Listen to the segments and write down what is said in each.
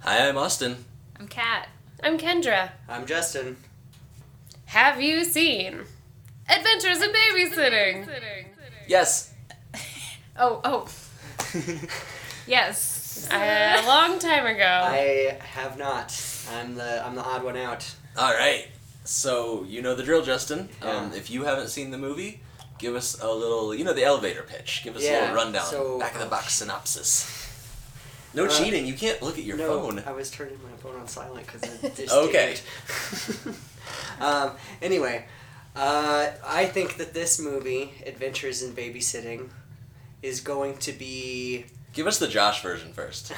Hi, I'm Austin. I'm Kat. I'm Kendra. I'm Justin. Have you seen Adventures in Babysitting? Yes. Oh, oh, yes. Uh, a long time ago. I have not. I'm the I'm the odd one out. All right. So you know the drill, Justin. Um, Yeah. if you haven't seen the movie, give us a little, you know, the elevator pitch. Give us a Yeah, little rundown, so- back of the box synopsis. No Uh, cheating. You can't look at your no, phone. I was turning my phone on silent because I just Okay. didn't. um, anyway, uh, I think that this movie, Adventures in Babysitting, is going to be Give us the Josh version first.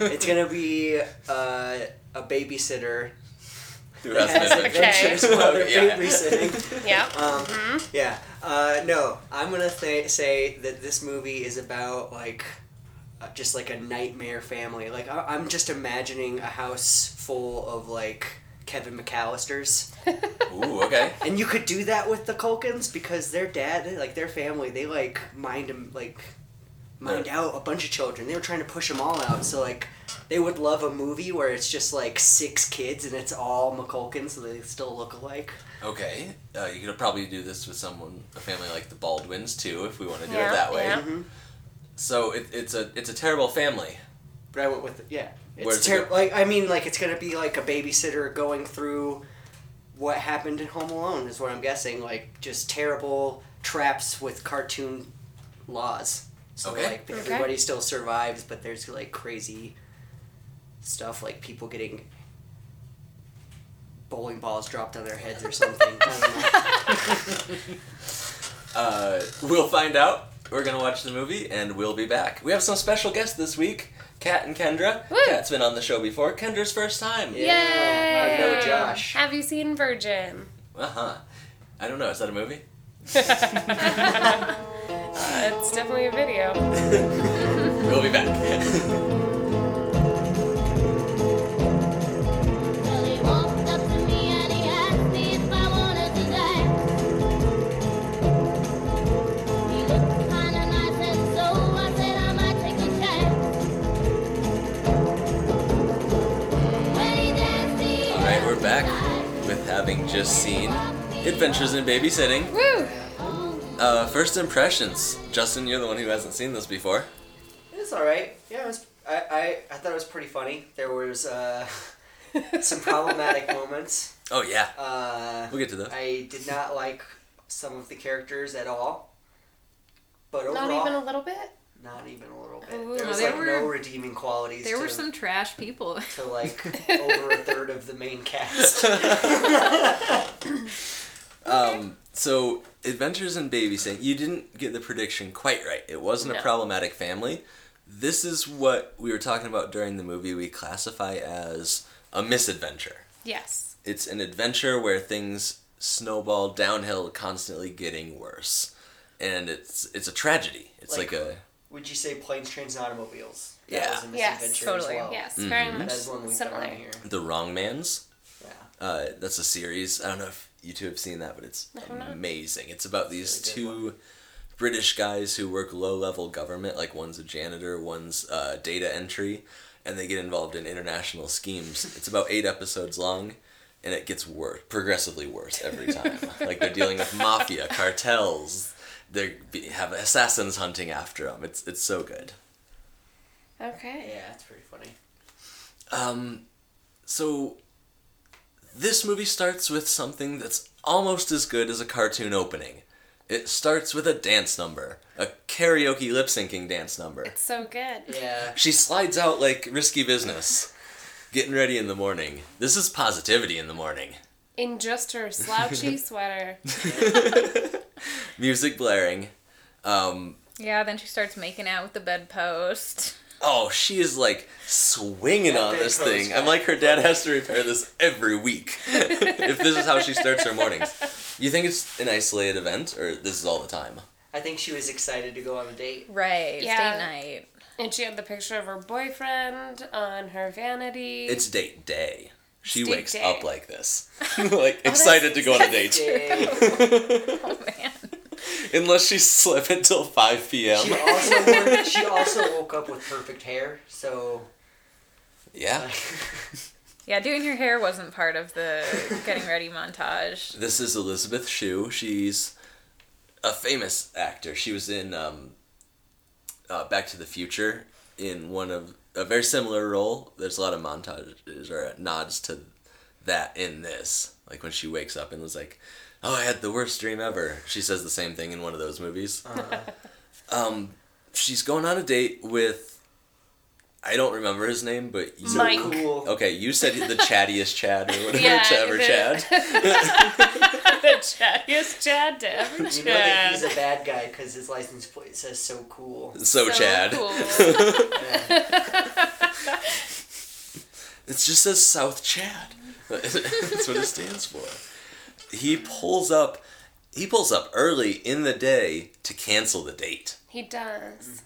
it's gonna be uh, a babysitter Who that has an has Okay. adventures while they're Okay, yeah. babysitting. Yeah. Um, hmm Yeah. Uh, no, I'm gonna th- say that this movie is about like, uh, just like a nightmare family. Like I- I'm just imagining a house full of like Kevin McAllisters, Ooh, okay. and you could do that with the Culkins because their dad, like their family, they like mind them like. Mind out a bunch of children. They were trying to push them all out. So like, they would love a movie where it's just like six kids and it's all McCulkins, so they still look alike. Okay. Uh, you could probably do this with someone, a family like the Baldwins too, if we want to do Yeah, it that way. yeah. Mhm. So it, it's a it's a terrible family. But I went with it. Yeah, Where'd it it's terrible. Like I mean, like it's gonna be like a babysitter going through what happened in Home Alone is what I'm guessing. Like just terrible traps with cartoon laws. So Okay. like Okay. everybody still survives, but there's like crazy stuff like people getting bowling balls dropped on their heads or something. I Uh, we'll find out. We're gonna watch the movie, and we'll be back. We have some special guests this week. Kat and Kendra. Woo! Kat's been on the show before. Kendra's first time. Yeah. I know Josh. Have you seen Virgin? Uh huh. I don't know. Is that a movie? Uh, it's definitely a video. We'll be back. Well, he walked up to me and he asked me if I wanted to dance. He looked kinda nice and so I said I might take a chance. When he danced, he All right, we're back with having just seen Adventures in Babysitting. Woo! Uh, first impressions. Justin, you're the one who hasn't seen this before. It's all right. Yeah, it was. I, I I thought it was pretty funny. There was uh, some problematic moments. Oh yeah. Uh, We'll get to those. I did not like some of the characters at all. But overall, Not even a little bit. not even a little bit. Ooh, there was there like were- no redeeming qualities. There to, were some trash people. to like over a third of the main cast. Um, so Adventures in Babysitting, you didn't get the prediction quite right. It wasn't a No. problematic family. This is what we were talking about during the movie we classify as a misadventure. Yes. It's an adventure where things snowball downhill, constantly getting worse. And it's it's a tragedy. It's like, Like- a Would you say planes, trains, and automobiles? Yeah. That was a Yes, misadventure totally. As well. Mm-hmm. Yes, very much That's one we put similar. on here. the wrong man's. Yeah. Uh, that's a series. I don't know if you two have seen that, but it's I have not. amazing. It's about these It's a really good two British guys who work low level government. Like one's a janitor, one's uh, data entry, and they get involved in international schemes. it's about eight episodes long, and it gets worse, progressively worse every time. like they're dealing with mafia, cartels. They have assassins hunting after them. It's it's so good. Okay. Yeah, it's pretty funny. Um, so this movie starts with something that's almost as good as a cartoon opening. It starts with a dance number, a karaoke lip syncing dance number. It's so good. Yeah. She slides out like risky business, getting ready in the morning. This is positivity in the morning. In just her slouchy sweater. Music blaring. Um, Yeah, then she starts making out with the bedpost. oh, she is like swinging on this That thing. I'm like, her dad has to repair this every week. if this is how she starts her mornings. You think it's an isolated event, or this is all the time? I think she was excited to go on a date. Right. Yeah. Date night. And she had the picture of her boyfriend on her vanity. It's date day. She date wakes day. Oh, up like this, like excited to go on a date, Date. Oh man. unless she slept until five p.m. She also worked, she also woke up with perfect hair, so Yeah. Yeah, doing her hair wasn't part of the getting ready montage. This is Elizabeth Shue. She's a famous actor. She was in um, uh, Back to the Future in one of a very similar role. There's a lot of montages or nods to that in this. Like when she wakes up and was like, "Oh, I had the worst dream ever." She says the same thing in one of those movies. um, she's going on a date with. I don't remember his name, but you Mike. cool. Okay, you said the chattiest Chad or whatever Yeah, to ever the- Chad. the chattiest Chad to ever You know that Chad. he's a bad guy because his license plate says so cool. So, So Chad. cool. Yeah. It just says South Chad. That's what it stands for. He pulls up he pulls up early in the day to cancel the date. he does.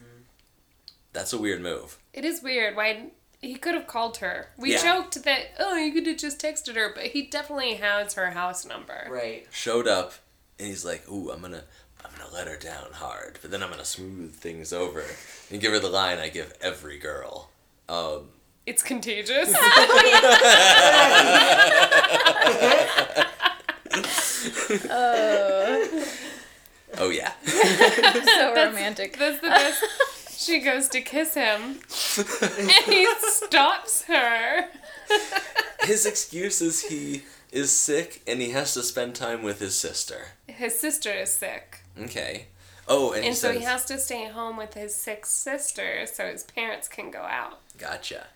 That's a weird move. It is weird. Why he could have called her. We Yeah. joked that oh, you could have just texted her, but he definitely has her house number. right. Showed up and he's like, "Ooh, I'm going to I'm going to let her down hard, but then I'm going to smooth things over and give her the line I give every girl." Um, It's contagious. oh yeah. so romantic. That's the best. She goes to kiss him, and he stops her. His excuse is he is sick and he has to spend time with his sister. His sister is sick, Okay. Oh, and, he and so says, he has to stay home with his sick sister so his parents can go out. "Gotcha."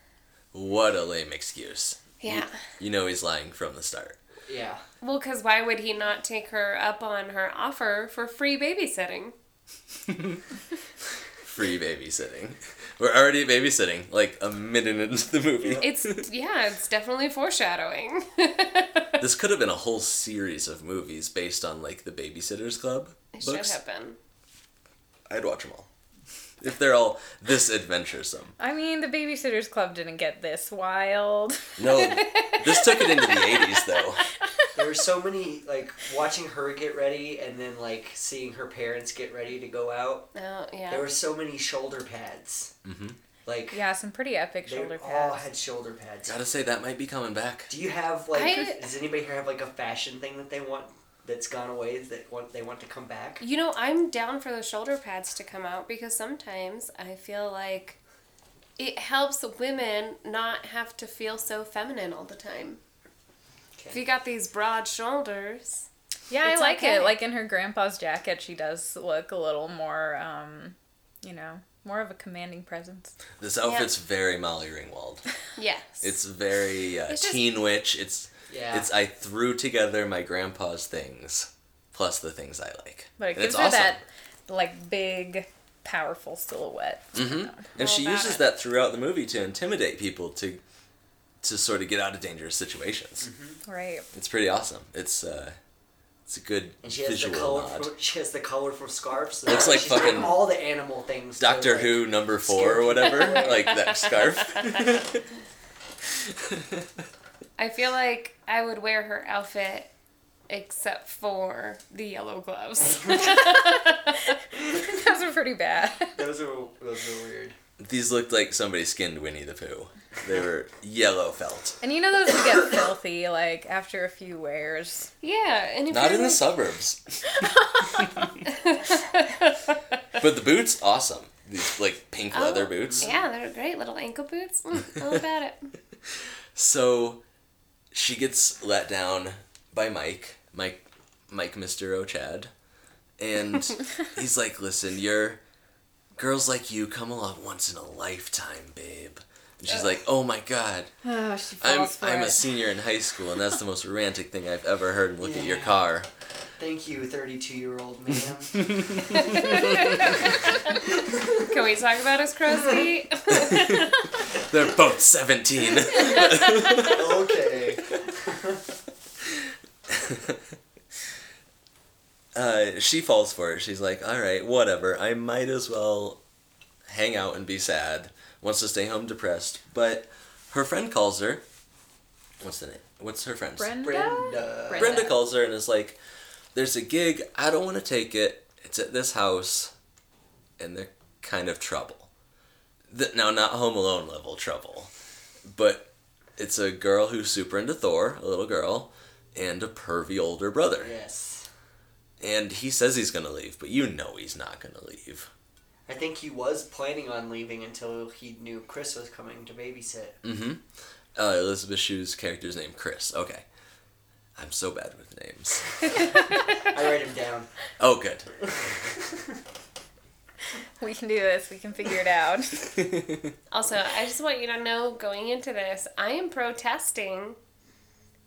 What a lame excuse. Yeah. You know he's lying from the start. Yeah. Well, because why would he not take her up on her offer for free babysitting? Free babysitting. We're already babysitting, like a minute into the movie. It's yeah, it's definitely foreshadowing. this could have been a whole series of movies based on like the Babysitters Club It should books. have been. I'd watch them all if they're all this adventuresome. I mean, the Babysitters Club didn't get this wild. No, this took it into the '80s though. There were so many like watching her get ready and then like seeing her parents get ready to go out. Oh yeah. There were so many shoulder pads. Mhm. Like Yeah, some pretty epic they shoulder all pads. had shoulder pads. Gotta say that might be coming back. Do you have like? I- does anybody here have like a fashion thing that they want that's gone away that want they want to come back? You know, I'm down for the shoulder pads to come out because sometimes I feel like it helps women not have to feel so feminine all the time. If you got these broad shoulders, Yeah, I It's like okay. it. Like in her grandpa's jacket, she does look a little more, um, you know, more of a commanding presence. This outfit's very Molly Ringwald. yes. It's very uh, It's just- Teen Witch. It's Yeah. it's I threw together my grandpa's things, plus the things I like. But it And it's gives awesome. her that, like, big, powerful silhouette. Mm-hmm. and all she about uses it. that throughout the movie to intimidate people to to sort of get out of dangerous situations. Mm-hmm. Right. It's pretty awesome. It's uh, it's a good and she has the visual nod. colorful. She has the colorful scarves. Looks like She's got fucking all the animal things. to, Doctor like- Who number four or whatever, like that scarf. I feel like I would wear her outfit except for the yellow gloves. Those are pretty bad. Those are those are weird. These looked like somebody skinned Winnie the Pooh. They were yellow felt. And you know those would get filthy, like, after a few wears. yeah, and if Not you're in the suburbs. but the boots, awesome. These like pink Oh, leather boots. Yeah, they're great little ankle boots. Mm, all about it. So she gets let down by Mike, Mike, Mike, Mr. O'Chad. And he's like, listen, you're. Girls like you come along once in a lifetime, babe. And she's like, oh my god, Oh, she I'm, falls I'm a for it. senior in high school, and that's the most romantic thing I've ever heard. And look at your Yeah. car. Thank you, thirty-two-year-old man. Can we talk about his crusty? They're both 17. okay. uh, she falls for it. She's like, all right, whatever. I might as well hang out and be sad. Wants to stay home depressed. But her friend calls her. What's the name? What's her friend's Brenda? Brenda. Brenda. Brenda calls her and is like, there's a gig. I don't want to take it. It's at this house. And they're kind of trouble. Th- now, not Home Alone level trouble. But it's a girl who's super into Thor, a little girl, and a pervy older brother. Yes. And he says he's gonna leave, but you know he's not gonna leave. I think he was planning on leaving until he knew Chris was coming to babysit. Mm-hmm. Uh, Elizabeth Shue's character's name Chris. Okay. I'm so bad with names. I write him down. Oh, good. We can do this. We can figure it out. Also, I just want you to know going into this, I am protesting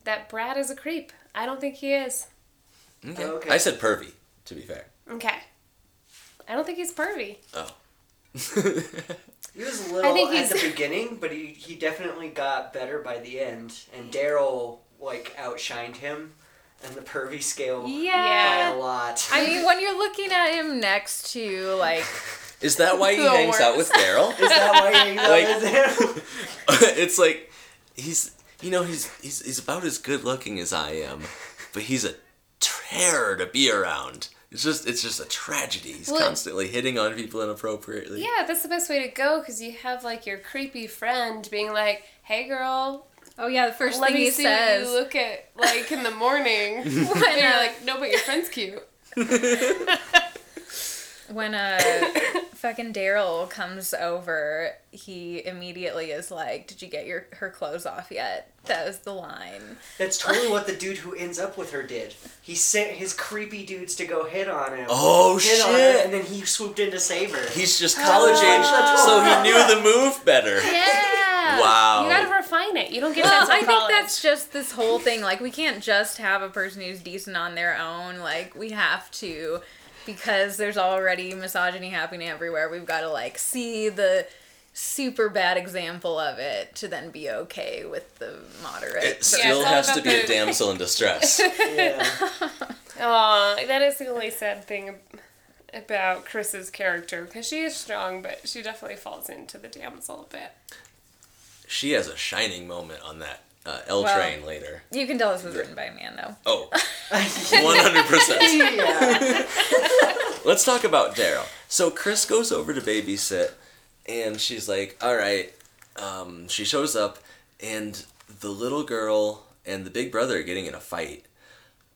that Brad is a creep. I don't think he is. Okay. Okay. I said pervy. To be fair. Okay. I don't think he's pervy. Oh. He was a little think at he's- the beginning, but he, he definitely got better by the end. And Daryl, like, outshined him and the pervy scale by Yeah. a lot. I mean, when you're looking at him next to like Is that why he The hangs out with Daryl? Is that why you Like- like, it's like he's you know he's he's he's about as good looking as I am, but he's a terror to be around. It's just it's just a tragedy. He's Well- constantly hitting on people inappropriately. Yeah, that's the best way to go because you have like your creepy friend being like, hey girl, oh yeah, the first let thing me he see says. what you look at like in the morning. and you're when, uh, like, no, but your friend's cute. when uh fucking Daryl comes over, he immediately is like, "Did you get your her clothes off yet?" That was the line. That's totally what the dude who ends up with her did. He sent his creepy dudes to go hit on him. Oh hit on her, shit! and then he swooped in to save her. He's just college age, so he knew the move better. Oh, Yeah. Wow. You gotta refine it. You don't get Well, that I till think college. that's just this whole thing. Like, we can't just have a person who's decent on their own. Like, we have to, because there's already misogyny happening everywhere. We've got to like see the super bad example of it to then be okay with the moderate. It version. still all has about to be a the- damsel in distress. yeah. Aw, that is the only sad thing ab- about Chris's character because she is strong, but she definitely falls into the damsel a bit. she has a shining moment on that uh, L Wow. train later. You can tell this was written by a man, though. Oh, 100%. yeah. Let's talk about Daryl. So Chris goes over to babysit, and she's like, "All right." Um, she shows up, and the little girl and the big brother are getting in a fight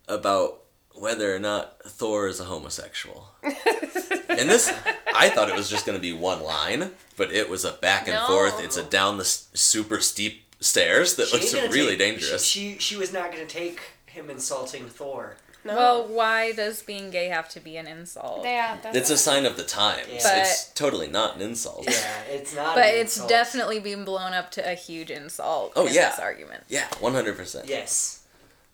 about whether or not Thor is a homosexual. and this, I thought it was just going to be one line, but it was a back and No. forth. It's a down the s- super steep stairs that She looks didn't really take- dangerous. She, she she was not gonna take him insulting Thor. No. Well, why does being gay have to be an insult? yeah, that's It's a sign of the times. But- it's totally not an insult. Yeah, it's not. but an it's insult. definitely being blown up to a huge insult. Oh, in yeah. this argument. Yeah, 100%. yes.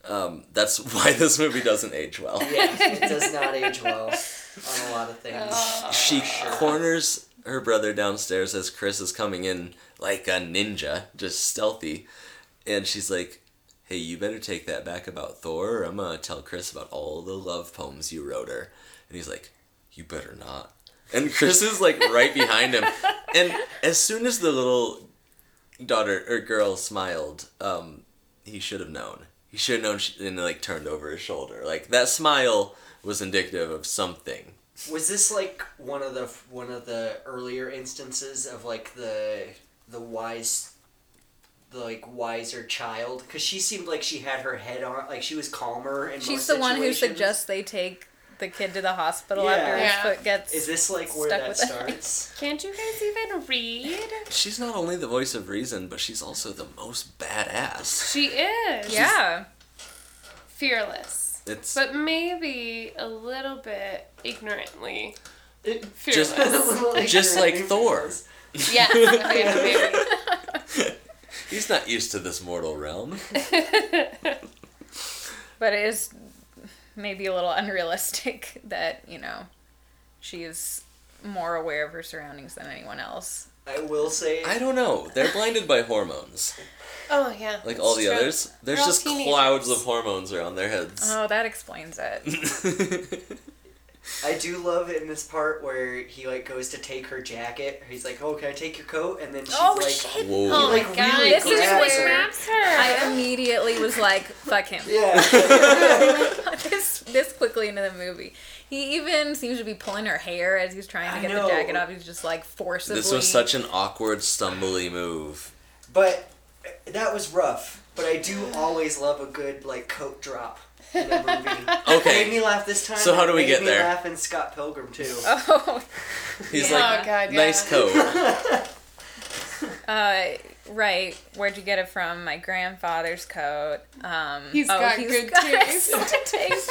Um, that's why this movie doesn't age well. Yeah, it does not age well on a lot of things. Uh. She corners her brother downstairs as Chris is coming in like a ninja, just stealthy, and she's like, "Hey, you better take that back about Thor, or I'm gonna tell Chris about all the love poems you wrote her." And he's like, "You better not." And Chris is like right behind him, and as soon as the little daughter or girl smiled, um, he should have known. He should have known, she, and like turned over his shoulder. Like that smile was indicative of something. Was this like one of the one of the earlier instances of like the the wise the like wiser child cuz she seemed like she had her head on like she was calmer and She's the one who suggests they take the kid to the hospital after his Yeah. foot gets. Is this like where Stuck that with it. starts? Can't you guys even read? She's not only the voice of reason, but she's also the most badass. She is. yeah. Fearless. It's But maybe a little bit ignorantly It- Just- fearless. just like Thor. yes. Okay, maybe. He's not used to this mortal realm. But it is maybe a little unrealistic that, you know, she is more aware of her surroundings than anyone else. I will say I don't know. They're blinded by hormones, Oh yeah. like all that's the true. others. There's all just teenagers. Um, clouds of hormones around their heads. Oh, that explains it. I do love in this part where he like goes to take her jacket. He's like, "Oh, can I take your coat?" And then she's Oh, like, shit. Whoa. Oh my Like, really god! This is grabs where- her. grabs her. I immediately was like, fuck him. "Yeah." this this quickly into the movie. He even seems to be pulling her hair as he's trying I to get know. the jacket off. He's just like forcibly. This was such an awkward, stumbly move. But that was rough. But I do always love a good like coat drop in a movie. Okay. Made me laugh this time. So how do we Made get me there? Laugh in Scott Pilgrim too. Oh, He's Yeah. like, Oh, God, nice coat. uh, right. Where'd you get it from? My grandfather's coat. Um, He's oh, got good taste. good taste.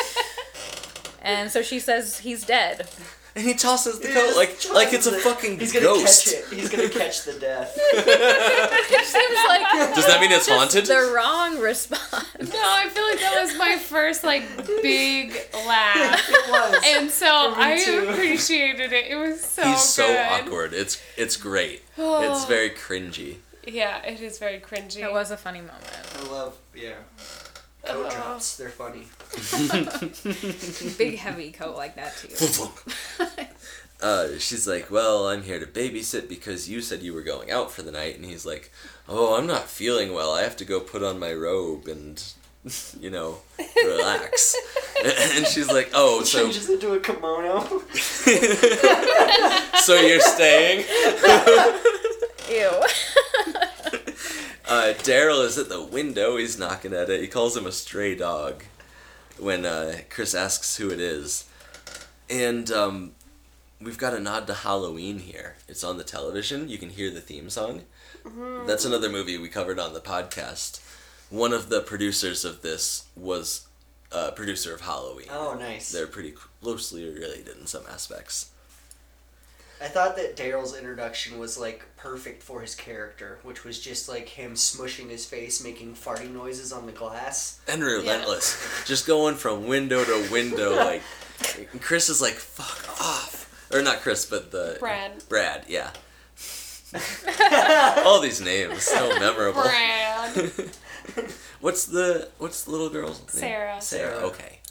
and so she says he's dead. and he tosses the He coat just like like it's a tosses it. fucking He's gonna ghost. catch it. He's gonna catch the death. It seems like Does that mean it's haunted? the wrong response. No, I feel like that was my first like big laugh, It was. and so I too. appreciated it. It was so He's good. Oh. so awkward. It's it's great. It's very cringy. Yeah, it is very cringy. It was a funny moment. I love yeah. Coat Oh. drops. They're funny. Big heavy coat like that too. uh, she's like, Well, I'm here to babysit because you said you were going out for the night. And he's like, Oh, I'm not feeling well. I have to go put on my robe and, you know, relax. and she's like, Oh, so, Changes into a kimono. so you're staying? Ew. Uh, Daryl is at the window. He's knocking at it. He calls him a stray dog when uh, Chris asks who it is. And um, we've got a nod to Halloween here. It's on the television. You can hear the theme song. That's another movie we covered on the podcast. One of the producers of this was a producer of Halloween. Oh, nice. They're pretty closely related in some aspects. I thought that Daryl's introduction was like perfect for his character, which was just like him smushing his face, making farting noises on the glass. And relentless. Just going from window to window. like, Chris is like, fuck off. Or not Chris, but the. Brad. Brad, yeah. All these names, so memorable. Brad. What's the what's the little girl's name? Sarah. Sarah. Sarah. Okay.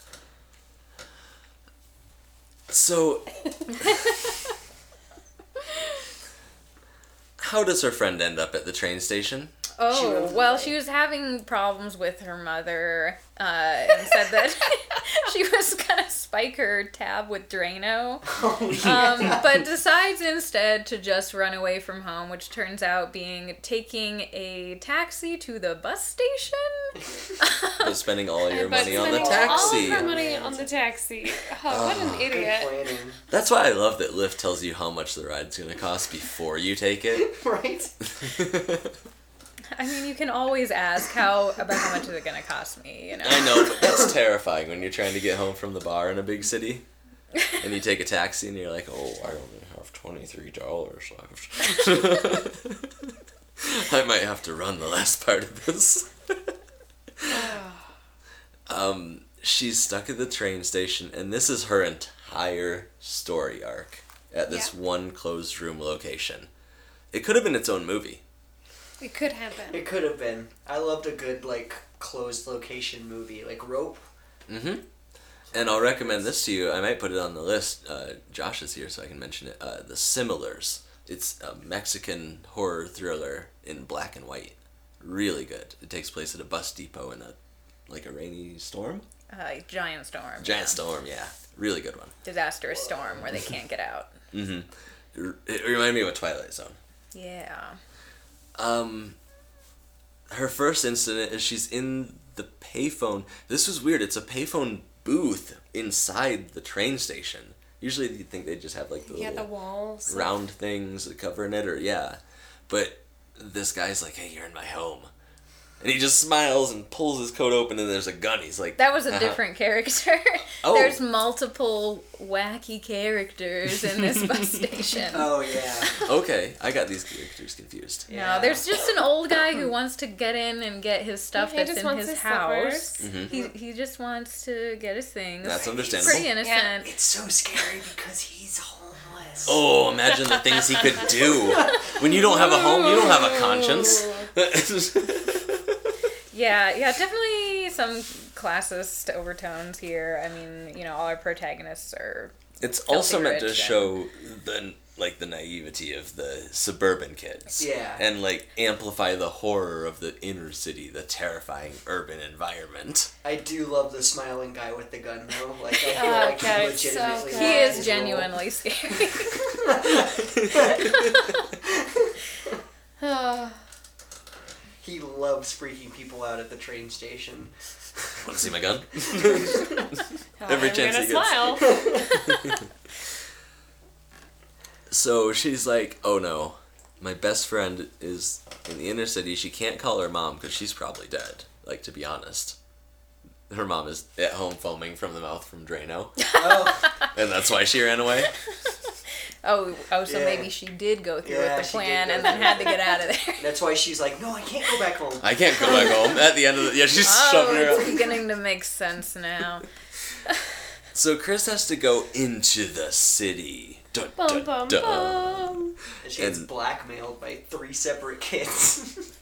So, how does her friend end up at the train station? Oh, was well, late. she was having problems with her mother uh, and said that she was going to spike her tab with Drano, um, but decides instead to just run away from home, which turns out being taking a taxi to the bus station. By spending all your But money on the spending All of taxi. Ah. her money on the taxi. Oh, what an Good idiot. planning, That's why I love that Lyft tells you how much the ride's gonna cost before you take it. right? I mean, you can always ask how about how much is it going to cost me, you know? I know, but that's terrifying when you're trying to get home from the bar in a big city. And you take a taxi and you're like, oh, I only have $23 left. I might have to run the last part of this. um, she's stuck at the train station, and this is her entire story arc at this Yeah. one closed room location. It could have been its own movie. It could happen. It could have been. I loved a good like closed location movie, like Rope. And I'll recommend this to you. I might put it on the list. Uh, Josh is here, so I can mention it. Uh, the Similars. It's a Mexican horror thriller in black and white. Really good. It takes place at a bus depot in a like a rainy storm, Uh, giant storm. giant storm. Yeah, really good one. Disastrous storm where they can't get out. It, r- it reminded me of a Twilight Zone. Yeah. Um, her first incident is she's in the payphone. This was weird. It's a payphone booth inside the train station. Usually, you would think they just have like the Yeah, the little- walls. round things covering it or yeah but this guy's like hey you're in my home and he just smiles and pulls his coat open and there's a gun he's like That was a "Uh-huh." different character. Oh. There's multiple wacky characters in this bus station. Oh yeah. okay i got these characters confused No, there's just an old guy who wants to get in and get his stuff he that's just in wants his, his house. Mm-hmm. slippers. He, he just wants to get his things. that's understandable pretty innocent. it's so scary because he's homeless. oh imagine the things he could do when you don't have a home you don't have a conscience Yeah. yeah, definitely some classist overtones here. I mean, you know, all our protagonists are. it's also meant to rich, yeah. show the like the naivety of the suburban kids Yeah. and like amplify the horror of the inner city the terrifying urban environment I do love the smiling guy with the gun though. Like I feel Oh, like God, he it's so legitimately. good. He Yeah. is genuinely scary. Oh, He loves freaking people out at the train station. Want to see my gun? Every I'm chance gonna he gets. smile. So she's like, oh no, my best friend is in the inner city. She can't call her mom because she's probably dead. Like, to be honest. Her mom is at home foaming from the mouth from Drano, Oh, and that's why she ran away. Oh, oh, so Yeah. maybe she did go through Yeah, with she the did plan go and then through. had to get out of there. that's why she's like, no, I can't go back home. I can't go back home. At the end of the yeah, she's Oh, shoving her it's up. beginning to make sense now. So Chris has to go into the city. Dun, Bum, dun, bum, dun. bum. And she gets And- blackmailed by three separate kids.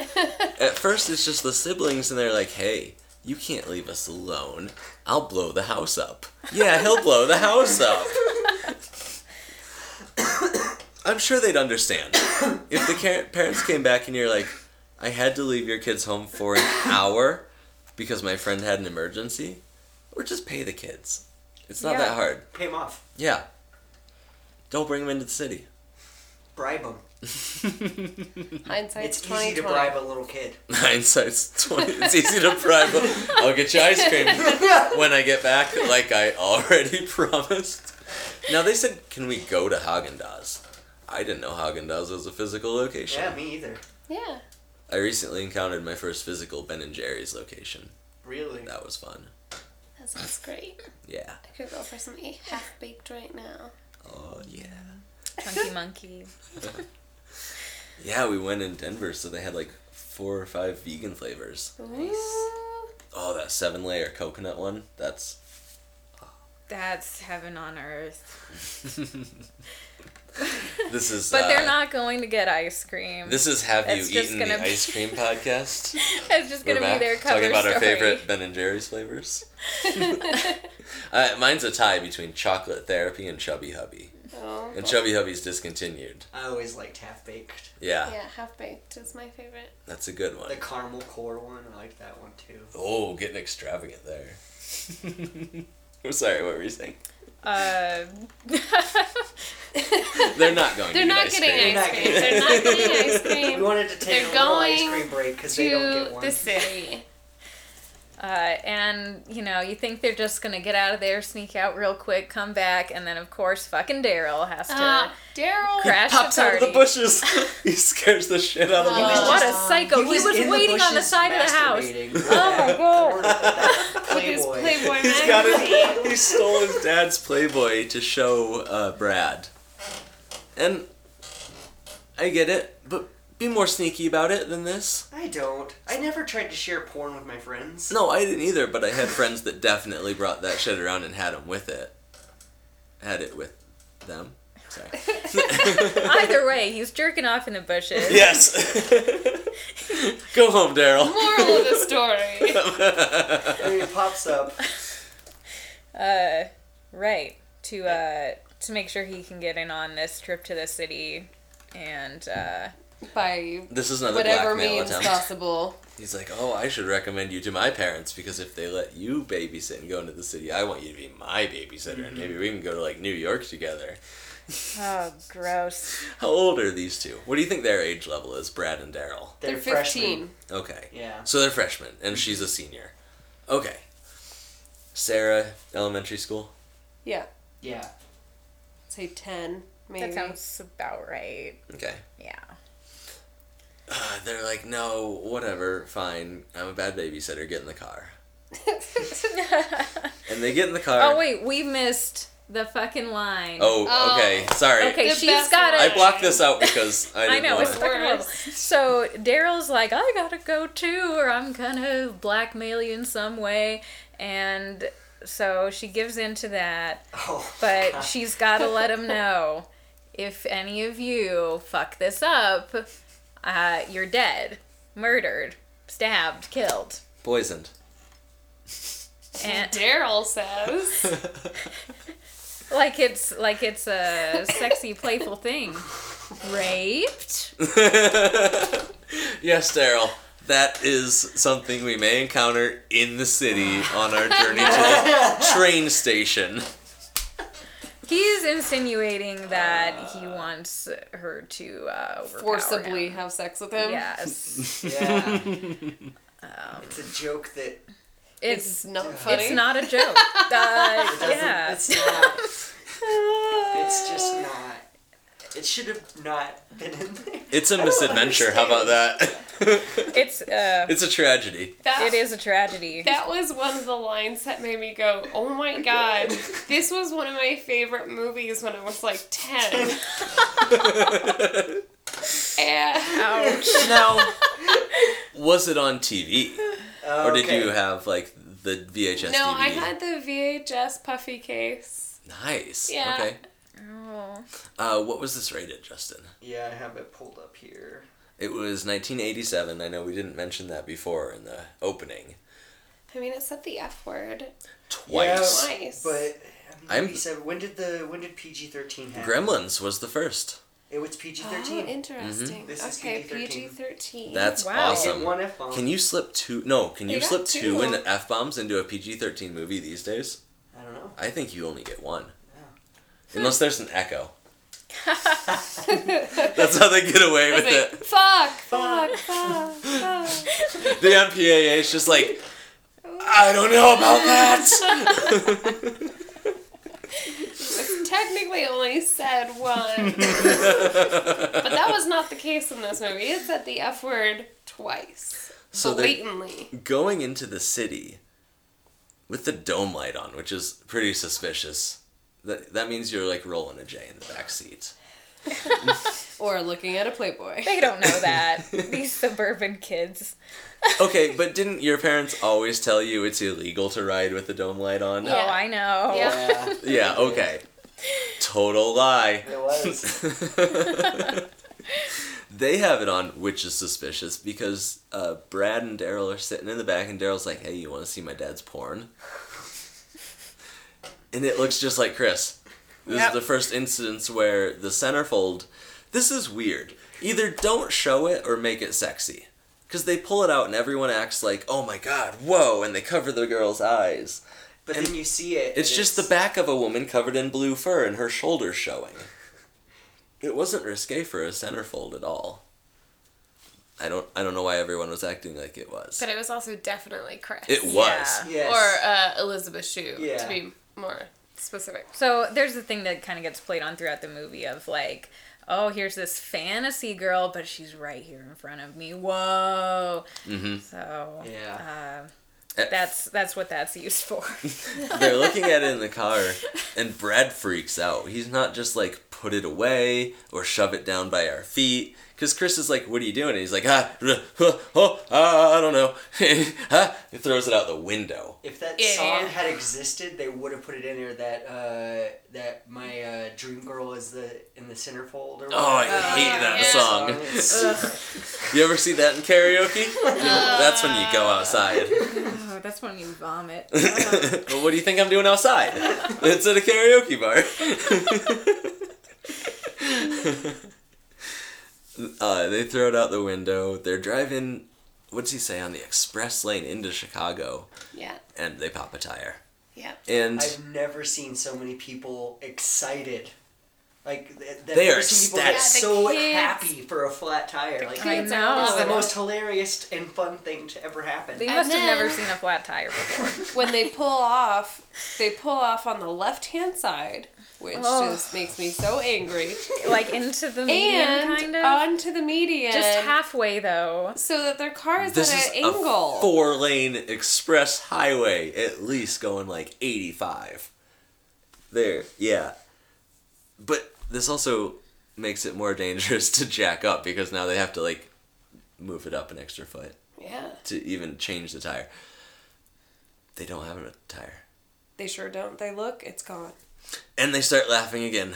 At first, it's just the siblings, and they're like, "Hey, you can't leave us alone. I'll blow the house up." Yeah, he'll blow the house up. I'm sure they'd understand if the car- parents came back and you're like, "I had to leave your kids home for an hour because my friend had an emergency," or just pay the kids. It's not that Yeah. hard. Pay him off. Yeah. Don't bring them into the city. Bribe him. Hindsight's It's twenty easy to twenty. bribe a little kid. Hindsight's twenty. It's easy to bribe. I'll get you ice cream when I get back, like I already promised. Now they said, "Can we go to Haagen Dazs?" I didn't know Haagen Dazs was a physical location. Yeah, me either. Yeah. I recently encountered my first physical Ben and Jerry's location. Really? That was fun. That sounds great. Yeah. I could go for something half baked right now. Oh yeah. Chunky monkey. Yeah, we went in Denver, so they had like four or five vegan flavors. Ooh. Oh, that seven layer coconut one. That's. That's heaven on earth. This is. But uh, they're not going to get ice cream. This is have It's you just eaten gonna the be- ice cream podcast. it's just gonna We're back be their cover talking about story. our favorite Ben and Jerry's flavors. uh, mine's a tie between chocolate therapy and Chubby Hubby, Oh. and Chubby Hubby's discontinued. I always liked half baked. Yeah, Yeah, half baked is my favorite. that's a good one. The caramel core one, I liked that one too. Oh, getting extravagant there. I'm sorry, what were you saying? Uh, They're not going. They're to not get ice getting cream. ice cream. They're not getting ice We cream wanted to take They're a little ice going cream break because they don't get to one. the city. uh, and you know, you think they're just gonna get out of there, sneak out real quick, come back, and then of course, fucking Daryl has to Uh, Daryl. crash the Pops out party. of the bushes. he scares the shit out of the Oh. bushes. What a Um, psycho! He was, in waiting on the bushes side of the house. masturbating. Oh my god! Look at his Playboy. Playboy He's got magazine. it. He stole his dad's Playboy to show uh, Brad. And I get it, but be more sneaky about it than this. I don't. I never tried to share porn with my friends. No, I didn't either, but I had friends that definitely brought that shit around and had him with it. Had it with them. Sorry. Either way, he's jerking off in the bushes. Yes. Go home, Daryl. Moral of the story. And it pops up. Uh, right to uh to make sure he can get in on this trip to the city, and uh, By This is another whatever blackmail means attempt. possible. He's like, oh, I should recommend you to my parents because if they let you babysit and go into the city, I want you to be my babysitter and maybe we can go to like New York together. oh, gross. How old are these two? What do you think their age level is, Brad and Daryl? They're, They're 15. freshmen. Okay. Yeah. So they're freshmen and she's a senior. Okay. Sarah, elementary school. Yeah. Yeah. Say 10, maybe. That sounds about right. Okay. Yeah. Uh, they're like, no, whatever, fine. I'm a bad babysitter. Get in the car. And they get in the car. oh wait, we missed the fucking line. Oh, Oh. okay. Sorry. Okay, The she's best got I to line. blocked this out because I I didn't know want it's to. Worst. fucking horrible. So Daryl's like, I gotta go too, or I'm gonna blackmail you in some way, and so she gives in to that, Oh. but God. she's gotta let him know if any of you fuck this up, uh, you're dead, murdered, stabbed, killed, Poisoned. and Daryl says. like it's like it's a sexy, playful thing. Raped. yes, Daryl. That is something we may encounter in the city on our journey to the train station. He's insinuating that he wants her to uh, overpower Forcibly him. have sex with him. Yes, Um, Yeah. it's a joke that it's It's not funny. it's not a joke. Uh, doesn't. yeah, It's not. it's just not. It should have not been in there. It's a misadventure. How about that? it's uh, it's a tragedy. That, it is a tragedy. That was one of the lines that made me go, "Oh my god!" This was one of my favorite movies when I was like ten. and Ouch. Now, was it on TV, or did Okay. you have like the VHS? no, I DVD? had the VHS puffy case. Nice. Yeah. Okay. Oh. Uh, what was this rated, Justin? Yeah, I have it pulled up here. It was 1987. I know we didn't mention that before in the opening. I mean, it said the F word. Twice. Nice. But I'm- I'm. Said, when did the when did PG thirteen happen? Gremlins was the first. It was PG Oh, thirteen. interesting. This is okay, PG PG-13. thirteen. That's Wow. awesome. One F bomb. Can you slip two? No, can you They got slip two. two in f bombs into a PG thirteen movie these days? I don't know. I think you only get one, Yeah. unless there's an echo. That's how they get away with Like, it. fuck, fuck, fuck, fuck. The MPAA is just like, I don't know about that. It's technically only said one. But that was not the case in this movie. It said the F word twice. So they- blatantly. Going into the city with the dome light on, which is pretty suspicious. That that means you're like rolling a J in the back seat. Or looking at a Playboy. They don't know that. These suburban kids. Okay, but didn't your parents always tell you it's illegal to ride with the dome light on? Yeah. Oh, I know. Yeah. Yeah, Yeah, okay. Total lie. it was. they have it on, which is suspicious because uh, Brad and Daryl are sitting in the back, and Daryl's like, "Hey, you want to see my dad's porn?" and it looks just like Chris. This Yep. is the first instance where the centerfold. This is weird. Either don't show it or make it sexy. Because they pull it out and everyone acts like, oh my god, whoa, and they cover the girl's eyes. But then you see it. It's and just the back of a woman covered in blue fur and her shoulders showing. It wasn't risque for a centerfold at all. I don't I don't know why everyone was acting like it was. But it was also definitely Chris. It was. Yeah. Yes. Or uh, Elizabeth Shue, to Yeah. be more specific. So there's the thing that kind of gets played on throughout the movie of like, oh, here's this fantasy girl, but she's right here in front of me. Whoa. Mhm. So Yeah. uh, that's that's what that's used for. Eh, They're looking at it in the car and Brad freaks out. He's not just like put it away or shove it down by our feet. Cause Chris is like, "What are you doing?" And he's like, "Ah, uh, oh, oh, ah, I don't know." ah, he throws it out the window. If that Yeah, song yeah. had existed, they would have put it in there. That uh, that my uh, dream girl is the in the centerfold. Or Oh, I hate that yeah. song. You ever see that in karaoke? That's when you go outside. oh, that's when you vomit. Uh-huh. well, what do you think I'm doing outside? It's at a karaoke bar. uh, they throw it out the window. They're driving, what's he say, on the express lane into Chicago, Yeah. and they pop a tire. Yeah. And I've never seen so many people excited. Like th- th- They I've are seen people ecstatic. get Yeah, the so kids- happy for a flat tire. Like I Kids are know. it's awesome. the most hilarious and fun thing to ever happen. They And must have never then- seen a flat tire before. when they pull off, they pull off on the left hand side, which Oh. just makes me so angry. like into the median, And kind of. onto the median. uh, Just halfway though. so that their car is this at is an angle. a four lane express highway, at least going like 85. There, yeah. But this also makes it more dangerous to jack up because now they have to like move it up an extra foot yeah, to even change the tire. They don't have a tire. they sure don't. They look, it's gone. And they start laughing again.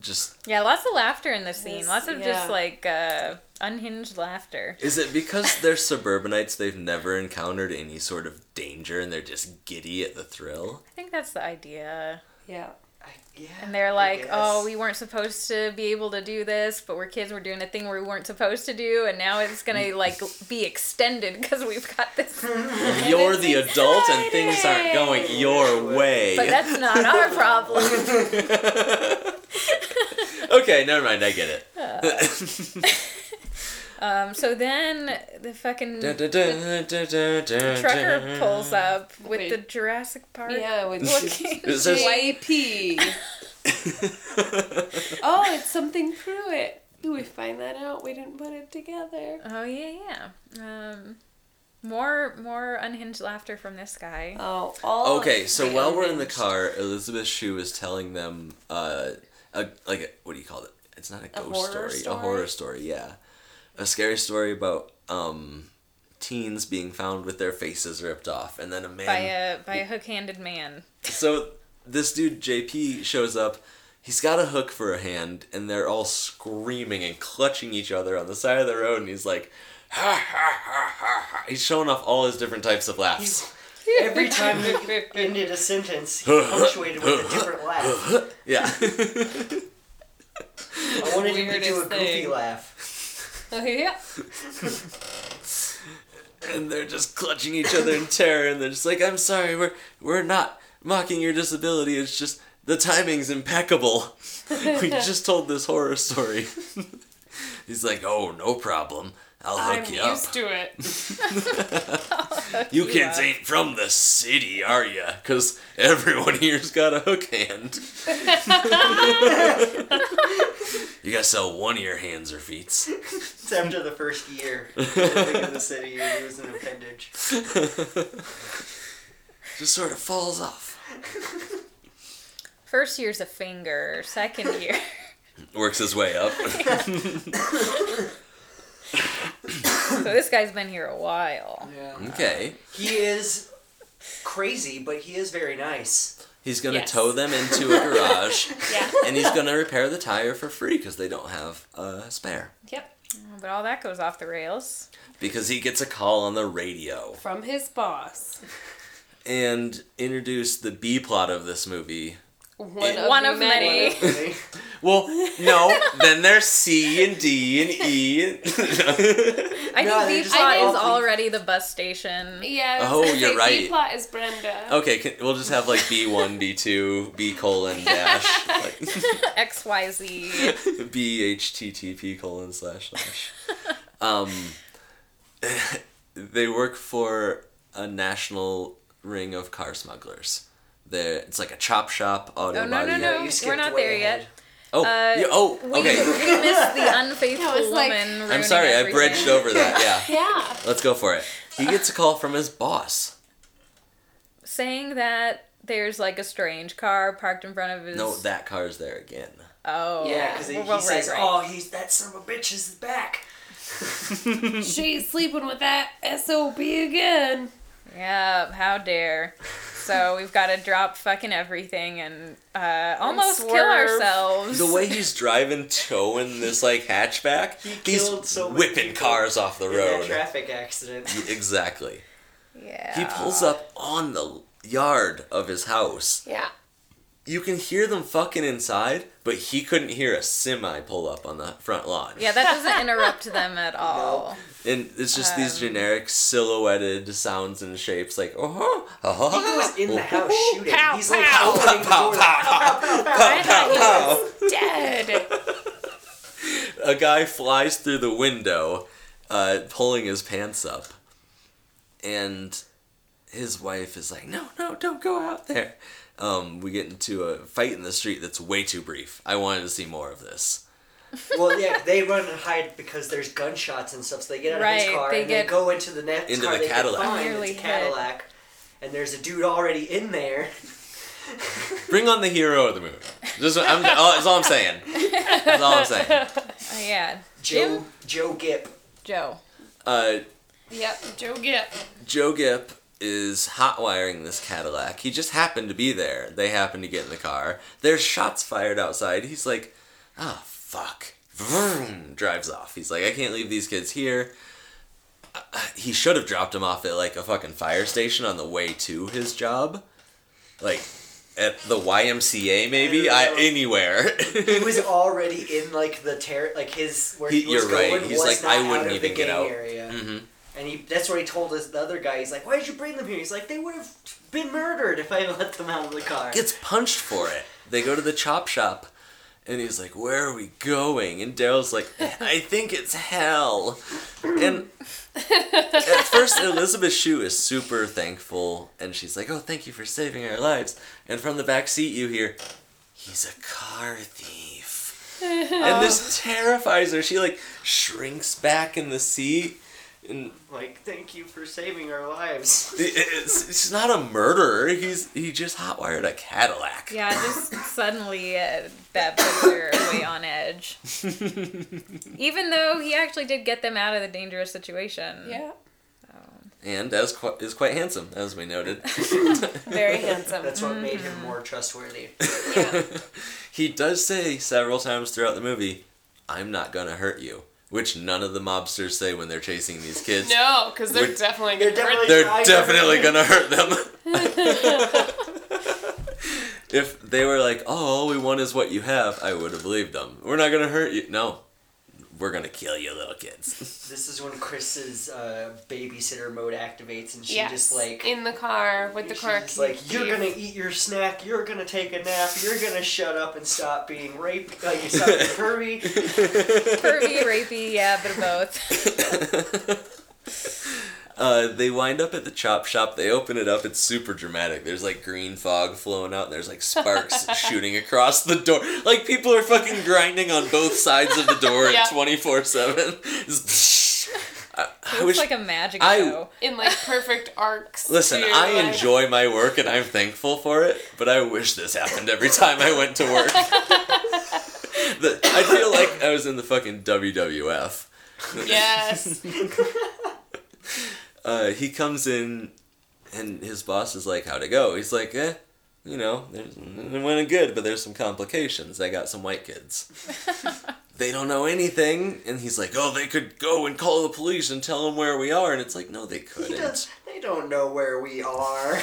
Just Yeah, lots of laughter in this scene. This- lots of yeah. just like uh, unhinged laughter. Is it because they're suburbanites they've never encountered any sort of danger and they're just giddy at the thrill? I think that's the idea. Yeah. I, yeah. And they're I like, oh, guess. we weren't supposed to be able to do this, but we're kids, we're doing a thing we weren't supposed to do, and now it's Mm. gonna like be extended because we've got this. You're the adult and things aren't going your way. But that's not our problem. okay, never mind. I get it. Um, so then the fucking Dun, dun, dun, dun, dun, dun, trucker dun. pulls up with Wait. the Jurassic Park. Yeah, with looking. It says- JP. oh, it's something Pruitt. Do we find that out? We didn't put it together. Oh yeah, yeah. Um, more more unhinged laughter from this guy. Um, Oh, all okay, of so while we're in the unhinged. car, Elizabeth Shue is telling them, uh, a, like, a, what do you call it? It's not a ghost horror story, a story? horror story. Yeah, a scary story about um, teens being found with their faces ripped off, and then a man by a by a hook-handed man. So this dude JP shows up. He's got a hook for a hand, and they're all screaming and clutching each other on the side of the road. And he's like, ha ha ha ha ha. He's showing off all his different types of laughs. Every time he ended a sentence, he punctuated with a different laugh. yeah. I wanted him to do a Weirdest goofy thing. laugh. Oh, yeah. and they're just clutching each other in terror, and they're just like, "I'm sorry, we're we're not mocking your disability. It's just the timing's impeccable. we just told this horror story." he's like, "Oh, no problem. I'll hook I'm you up." used to it. You You kids are. ain't from the city, are you? Because everyone here's got a hook hand. you gotta sell one of your hands or feet. It's after the first year living in the city, and he was an appendage. Just sort of falls off. First year's a finger. Second year. Works his way up. so this guy's been here a while. Yeah. okay. He is crazy, but he is very nice. He's gonna Yes. tow them into a garage Yeah. and he's gonna repair the tire for free because they don't have a spare. Yep. But all that goes off the rails. Because he gets a call on the radio. From his boss. And introduce the B plot of this movie, One of, One the of many. Really. Well, no. then there's C and D and E. And I No, they're think B just plot like is all- already the bus station. Yeah. I was Oh, gonna you're say, right. B plot is Brenda. Oh. okay, can, we'll just have like B one, B two, B colon dash, X Y Z. like B H T T P colon slash slash. Um, they work for a national ring of car smugglers. They're, it's like a chop shop auto Oh no no body- no! you We're skipped not way there yet. ahead. Oh, Uh, you- oh, We, okay. we missed the unfaithful I was like- woman. I'm ruining sorry, I everything. bridged over that. Yeah, Yeah. let's go for it. He gets a call from his boss. Saying that there's like a strange car parked in front of his. No, that car's there again. Oh. Yeah, because he, Well, he right, says, right. "Oh, he's that son of a bitch is back." She's sleeping with that SOB again. Yeah, how dare. So we've got to drop fucking everything and uh, almost kill swerve. ourselves. The way he's driving, towing this like hatchback, he's killed so many whipping people cars off the In that road. traffic accident. Exactly. yeah. He pulls up on the yard of his house. Yeah. You can hear them fucking inside, but he couldn't hear a semi pull up on the front lawn. Yeah, that doesn't interrupt them at all. And it's just Um, these generic silhouetted sounds and shapes, like oh, oh, oh, He goes in the house shooting. Pow, he's like pow, opening the door. I thought Dead. a guy flies through the window, uh, pulling his pants up, and his wife is like, "No, no, don't go out there." Um, we get into a fight in the street that's way too brief. I wanted to see more of this. Well, yeah, they run and hide because there's gunshots and stuff. So they get out of Right, his car they and get- they go into the next Into car the they can Cadillac. find. It's a Nearly hit. Cadillac, and there's a dude already in there. Bring on the hero of the movie. Just, I'm, all, that's all I'm saying. That's all I'm saying. you- oh, yeah. Joe Jim? Joe Gip. Joe. Uh, Yep. Joe Gip. Joe Gipp is hotwiring this Cadillac. He just happened to be there. They happened to get in the car. There's shots fired outside. He's like, ah, fuck. Vroom, drives off. He's like, I can't leave these kids here. Uh, he should have dropped him off at like a fucking fire station on the way to his job. Like, at the YMCA, maybe I I, don't know. anywhere. He was already in like the terror, like his where he, He- was you're going right. He's like, was not I out Mm-hmm. wouldn't of even the get gang out. Area. hmm And he, that's where he told his, the other guy, he's like, why did you bring them here? He's like, they would have been murdered if I let them out of the car. Gets punched for it. They go to the chop shop, and he's like, "Where are we going?" And Daryl's like, "I think it's hell." And at first, Elizabeth Shue is super thankful, and she's like, "Oh, thank you for saving our lives." And from the back seat, you hear, "He's a car thief." And this terrifies her. She like shrinks back in the seat and like, thank you for saving our lives. It's, it's not a murderer. He's he just hotwired a Cadillac. Yeah, just suddenly uh, that puts her way on edge. Even though he actually did get them out of the dangerous situation. Yeah. And as qu- is quite handsome, as we noted. Very handsome. Mm-hmm. That's what made him more trustworthy. he does say several times throughout the movie, "I'm not gonna hurt you," which none of the mobsters say when they're chasing these kids. No, because they're Would- definitely They're going to hurt definitely- They're I- definitely gonna hurt them. if they were like, "Oh, all we want is what you have," I would have believed them. We're not gonna hurt you. No, we're gonna kill you, little kids. This is when Chris's uh, babysitter mode activates, and she Yes. just like. in the car with the she's car keys. just like you're gonna eat your snack. You're gonna take a nap. You're gonna shut up and stop being raped. Like you stop being pervy. Pervy, rapey, yeah, but both. Uh, they wind up at the chop shop. They open it up. It's super dramatic. There's like green fog flowing out. And there's like sparks shooting across the door. Like people are fucking grinding on both sides of the door Yeah. at twenty four seven. I, I It's wish. like a magic I- show. in like perfect arcs. Listen, to your I life. enjoy my work and I'm thankful for it, but I wish this happened every time I went to work. the, I feel like I was in the fucking WWF. Yes. uh, he comes in and his boss is like, How'd it go? He's like, Eh, you know, there's, it went good, but there's some complications. I got some white kids. they don't know anything. And he's like, Oh, they could go and call the police and tell them where we are. And it's like, No, they He couldn't. does. They don't know where we are.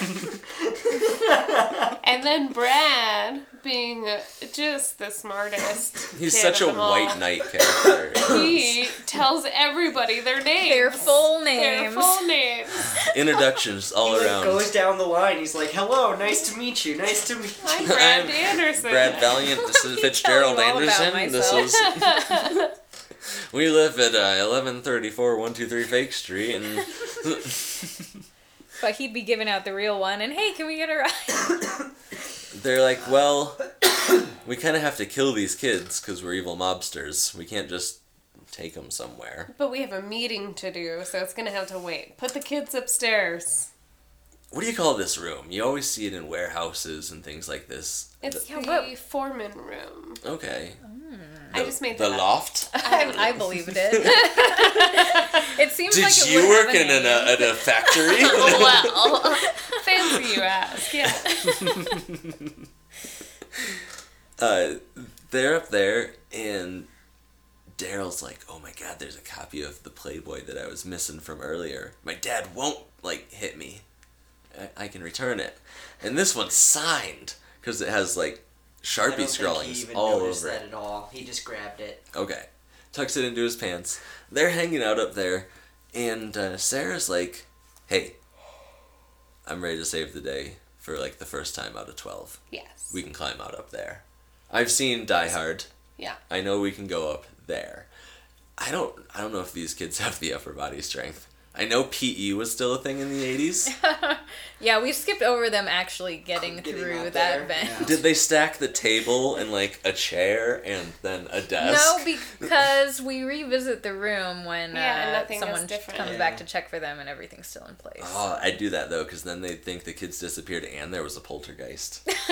and then Brad, being just the smartest, He's kid such of a them all, white knight character. He tells everybody their names. Their full Their names. full names. Introductions all He, like, around. goes down the line. He's like, "Hello, nice to meet you. Nice to meet Hi, you." Brad I'm Anderson. Brad Valiant, this is Tell Fitzgerald you all about Anderson. This myself. is. We live at uh, 1134 123 Fake Street, and But he'd be giving out the real one, and hey, can we get a ride? they're like, well, we kind of have to kill these kids because we're evil mobsters. We can't just take them somewhere. but we have a meeting to do, so it's gonna have to wait. Put the kids upstairs. What do you call this room? You always see it in warehouses and things like this. It's Yeah, the but- foreman room. Okay. I just made The that up. loft? I, I believed it. it seems Did like it you would have work in an, name. uh, at a factory? well, fancy you ask. Yeah. uh, they're up there, and Daryl's like, "Oh my God, there's a copy of the Playboy that I was missing from earlier. My dad won't like hit me. I, I can return it, and this one's signed because it has like I Sharpie don't think he scrawlings even all noticed over that it. at all. He just grabbed it. Okay, tucks it into his pants. They're hanging out up there, and uh, Sarah's like, "Hey, I'm ready to save the day for like the first time out of twelve." Yes. we can climb out up there. I've seen Die Hard. Yeah. I know we can go up there. I don't I don't know if these kids have the upper body strength. I know PE was still a thing in the 80s. Yeah, we skipped over them actually getting, Getting through out that there, vent. yeah. Did they stack the table and like a chair and then a desk? No, because we revisit the room when Yeah, and uh, nothing is someone different. comes Yeah. back to check for them and everything's still in place. Oh, I do that though, because then they think the kids disappeared and there was a poltergeist.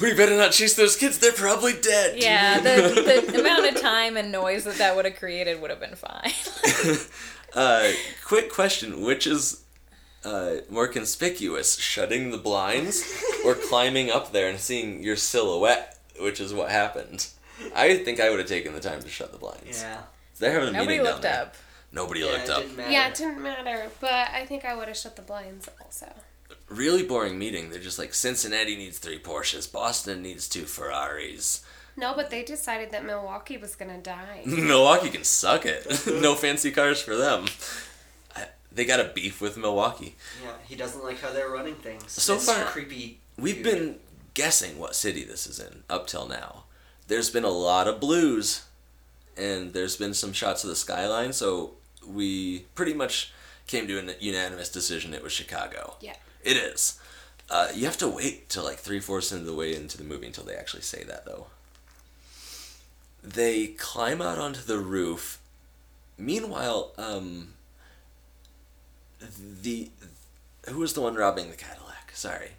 we better not chase those kids, they're probably dead. Yeah, the, the amount of time and noise that that would have created would have been fine. Uh, quick question: Which is uh, more conspicuous, shutting the blinds or climbing up there and seeing your silhouette, which is what happened? I think I would have taken the time to shut the blinds. Yeah. They're having a Nobody meeting down looked there. up. Nobody Yeah, looked it up. didn't matter. Yeah, it didn't matter, but I think I would have shut the blinds also. Really boring meeting. They're just like Cincinnati needs three Porsches, Boston needs two Ferraris, No, but they decided that Milwaukee was gonna die. Mm-hmm. Milwaukee can suck it. no fancy cars for them. I, they got a beef with Milwaukee. Yeah, he doesn't like how they're running things. So It's far- creepy. We've dude. been guessing what city this is in up till now. There's been a lot of blues, and there's been some shots of the skyline, so we pretty much came to an unanimous decision it was Chicago. yeah. It is. Uh, you have to wait till like three fourths of the way into the movie until they actually say that, though. They climb out onto the roof. Meanwhile, um, the who was the one robbing the Cadillac? Sorry,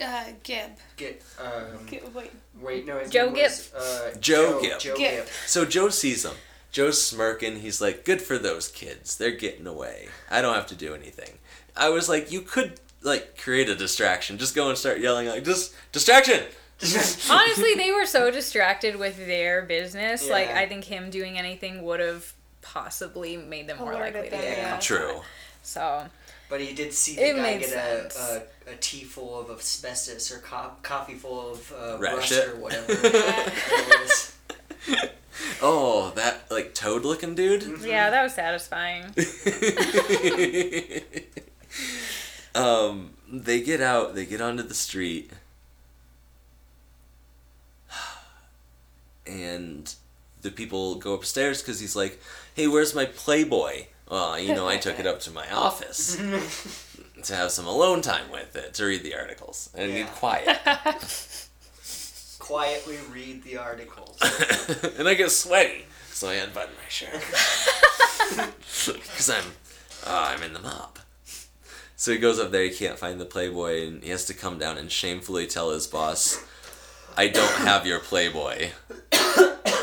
Uh, Gib. Get, um, Gib wait. wait, no, his Joe name was, uh, Joe Joe Gipp. Joe Gipp. Gipp. So Joe sees them. Joe's smirking. He's like, "Good for those kids. They're getting away. I don't have to do anything." I was like, "You could like create a distraction. Just go and start yelling like, just distraction." Honestly, they were so distracted with their business. Like, Yeah. I think him doing anything would have possibly made them more Alerted likely to them, get yeah. caught. True. So, But he did see the It guy made get a, sense. a, a tea full of asbestos or co- coffee full of uh, Rat rust shit. or whatever. it was. Oh, that like toad looking dude. yeah, that was satisfying. um, they get out. They get onto the street, and the people go upstairs because he's like, "Hey, where's my Playboy?" Well, you know, I took it up to my office to have some alone time with it to read the articles and Yeah. get quiet. Quietly read the articles. and I get sweaty, so I unbutton my shirt because I'm uh, I'm in the mob. So he goes up there. He can't find the Playboy, and he has to come down and shamefully tell his boss, "I don't have your Playboy."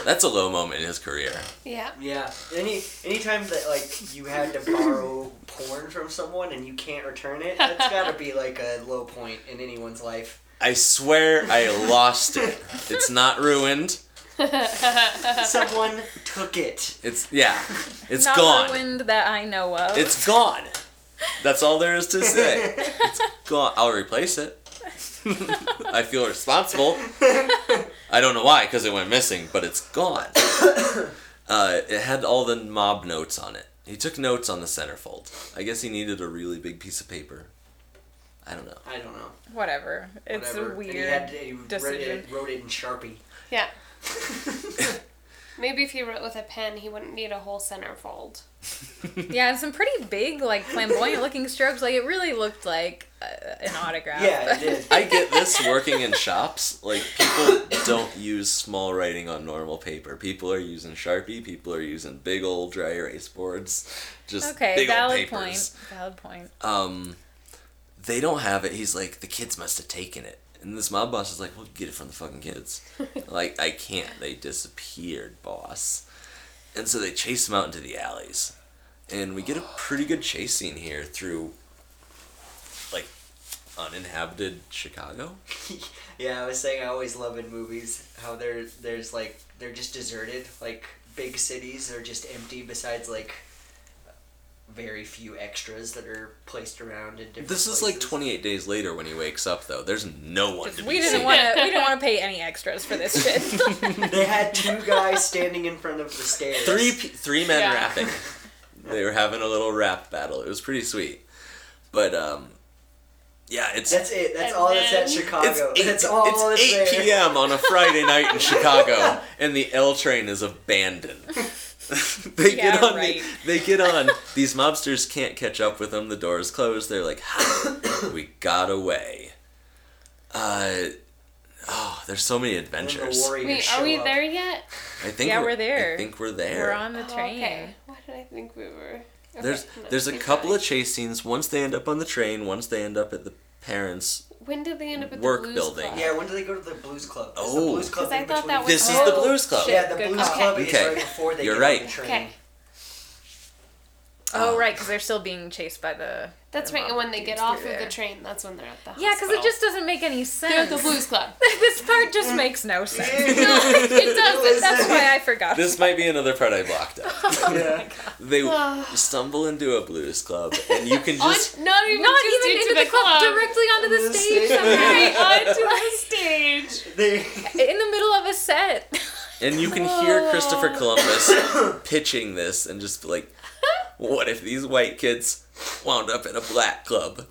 That's a low moment in his career. Yeah. Yeah. Any anytime that like you had to borrow porn from someone and you can't return it, that's got to be like a low point in anyone's life. I swear I lost it. It's not ruined. Someone took it. It's yeah. It's Not gone. ruined that I know of. It's gone. That's all there is to say. It's gone. I'll replace it. I feel responsible. I don't know why, because it went missing, but it's gone. Uh, it had all the mob notes on it. He took notes on the centerfold. I guess he needed a really big piece of paper. I don't know. I don't know. Whatever. It's Whatever. a And he weird had to- he wrote it- decision. wrote it in Sharpie. Yeah. Maybe if he wrote with a pen, he wouldn't need a whole centerfold. Yeah, and some pretty big, like flamboyant looking strokes. Like it really looked like uh, an autograph. Yeah, it did. I get this working in shops. Like, people don't use small writing on normal paper. People are using Sharpie, people are using big old dry erase boards. Just Okay, big old valid papers. point. Valid point. um, they don't have it. He's like, the kids must have taken it. And this mob boss is like, well, get it from the fucking kids. like, I can't. They disappeared, boss. And so they chase him out into the alleys. And we get a pretty good chase scene here through, like, uninhabited Chicago. yeah, I was saying I always love in movies how there there's like they're just deserted, like big cities are just empty besides like very few extras that are placed around in different This is like places. 28 days later when he wakes up, though. There's no one to be We didn't seen. want to. We didn't want to pay any extras for this shit. They had two guys standing in front of the stairs. three p- three men Yeah. rapping. they were having a little rap battle. It was pretty sweet. But um, yeah, it's That's it. That's And all that's at then- it's Chicago. eight, that's all it's that's 8 there. p.m. on a Friday night in Chicago, and the L train is abandoned. they get Yeah, on. the- right. they get on. These mobsters can't catch up with them. The door is closed. They're like, "Ha, we got away. Uh, oh, there's so many And then adventures. the warriors Wait, show are we up. there yet? I think Yeah, we're, we're there. I think we're there. We're on the Oh, train. okay. What did I think we were? Okay, There's no, there's a keep couple going. of chase scenes. Once they end up on the train, once they end up at the parents. When did they end up at work the Blues building. Club? Yeah, when do they go to the Blues Club? Is the Oh. Blues Club 'Cause I in thought that between? was This is the Oh, Blues Club. shit. Yeah, the Good Blues call. Club is Okay. right before they You're get right. on the train. Okay. Oh, right, because they're still being chased by the. That's their right. mom And when they get dudes off through of the there. train, that's when they're at the Yeah, because hospital. it just doesn't make any they're at the sense. blues club. this part just makes no sense. it does. But That's why I forgot. This might be another part I blocked out. yeah. They stumble into a blues club, and you can On, just not even Not just even into, into the, club, directly onto the, the stage. stage. somehow. onto the stage. They, In the middle of a set. And you can hear Christopher Columbus pitching this and just be like, what if these white kids wound up in a black club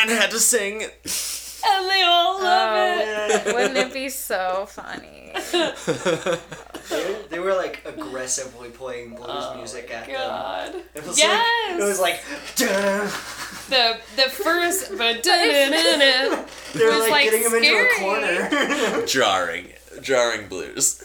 and had to sing? And they all Oh, love it. yeah. Wouldn't it be so funny? They- they were like aggressively playing blues music at them. Oh, God. It was Yes. Like, it was like. "Dun-dun." The the first but da-da-da-da. They were was, like, like, getting him into scary. a corner. jarring, jarring blues.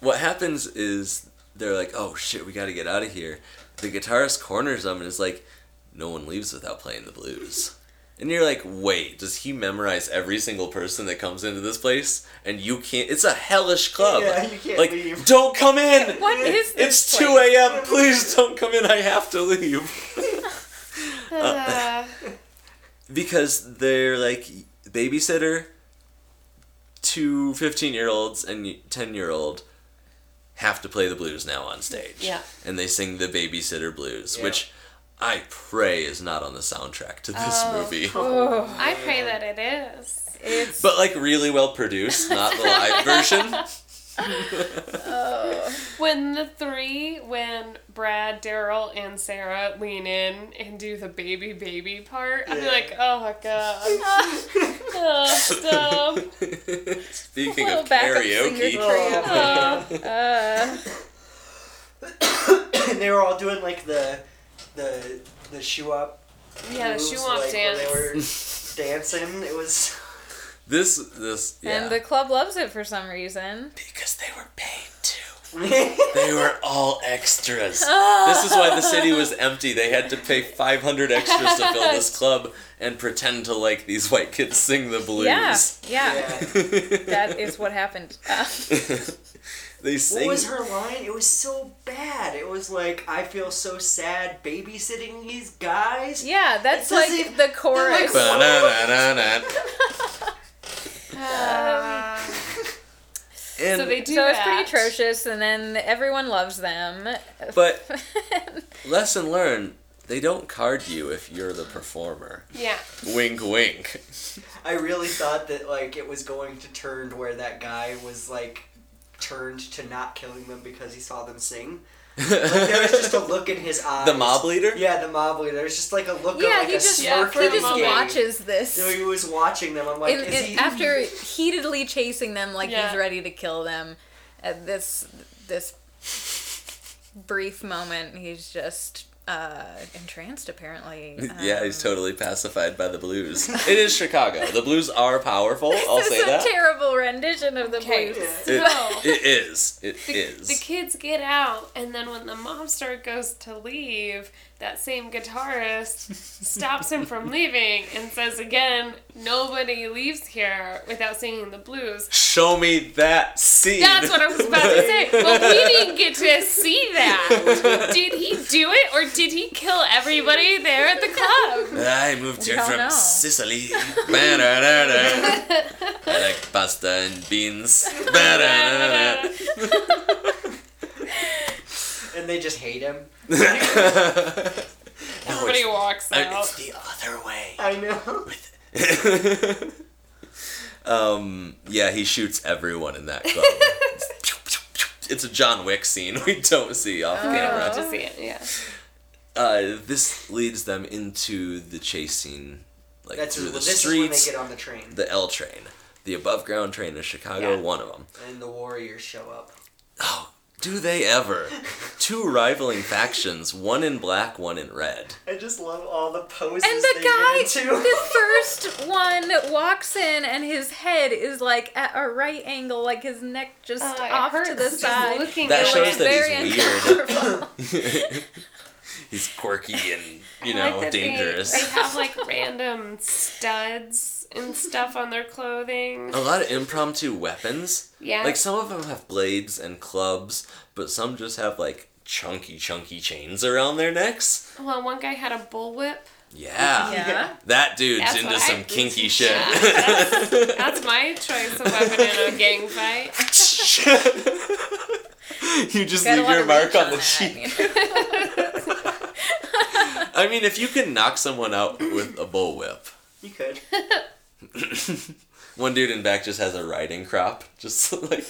What happens is they're like, oh shit, we gotta get out of here. The guitarist corners them and is like, no one leaves without playing the blues. And you're like, wait, does he memorize every single person that comes into this place? And you can't. It's a hellish club. Yeah, you can't like, leave. don't come in. What is this? It's place? 2 a.m. Please don't come in. I have to leave. Uh, Because they're like babysitter, two 15 year olds and 10 year old have to play the blues now on stage. Yeah. And they sing the babysitter blues, Yeah. which I pray is not on the soundtrack to this Oh. movie. Oh, I pray that it is. it's But like really well produced, not the live version. oh. When the three, when Brad, Daryl, and Sarah lean in and do the baby baby part, I'd be Yeah. like, oh my god. oh, stop. Speaking Um, Little of backup singer karaoke, trio. Oh. Uh, and they were all doing like the the the shoe up. Yeah, the moves, shoe off like, when dance. They were dancing. It was. this, this, yeah. And the club loves it for some reason. because they were paid too. They were all extras. This is why the city was empty. They had to pay 500 extras to fill this club and pretend to like these white kids sing the blues. Yeah, yeah, yeah. That is what happened. Uh, they What sing. was her line? It was so bad. It was like, I feel so sad babysitting these guys. yeah, that's Does like it- the chorus. like- Ba-na-na-na-na. And, Um, so they do so Uh, it's that. pretty atrocious, and then everyone loves them. but lesson learned, they don't card you if you're the performer. Yeah. Wink, wink. I really thought that like it was going to turn to where that guy was like turned to not killing them because he saw them sing. Like, there was just a look in his eyes. The mob leader? Yeah, the mob leader. There's just like a look. of, yeah, like, he a just smirk he in the just game. watches this. So he was watching them. I'm like, in, is in- he after heatedly chasing them like Yeah. he's ready to kill them at this this brief moment he's just uh entranced apparently Um, yeah, he's totally pacified by the blues. it is Chicago. The blues are powerful. I'll this say is a that. terrible rendition of the Okay. blues It- No. it is. It is. The, the kids get out, and then when the mobster goes to leave, that same guitarist stops him from leaving and says again, "Nobody leaves here without singing the blues." Show me that scene. That's what I was about to say. But we didn't get to see that. Did he do it, or did he kill everybody there at the club? I moved here don't from know. Sicily. Ba-da-da-da. I like pasta and beans. Ba-da-da-da. and they just hate him. No, Everybody it's, walks uh, out. it's the other way. I know. um, yeah, he shoots everyone in that club. it's a John Wick scene we don't see off Oh. camera. To see it, yeah. Uh, this leads them into the chase scene, like That's through the this streets. is when they get on the train the L train, the above ground train of Chicago, Yeah. one of them. and the warriors show up. Oh, do they ever? Two rivaling factions, one in black, one in red. I just love all the poses. and the they guy get into. the first one walks in and his head is like at a right angle like his neck just Oh, it off to hurts the just side looking That at shows it. that he's weird. uncomfortable. He's quirky and, you I like know, that they- They, dangerous. have like random studs and stuff on their clothing. A lot of impromptu weapons. Yeah. Like some of them have blades and clubs, but some just have like chunky, chunky chains around their necks. Well, one guy had a bullwhip. Yeah. Yeah. That dude's That's into what some I- kinky shit. That's my choice of weapon in a gang fight. you just Got a leave lot your of mark reach on the that, cheek. you know? I mean, if you can knock someone out with a bullwhip, You could. one dude in back just has a riding crop, just like.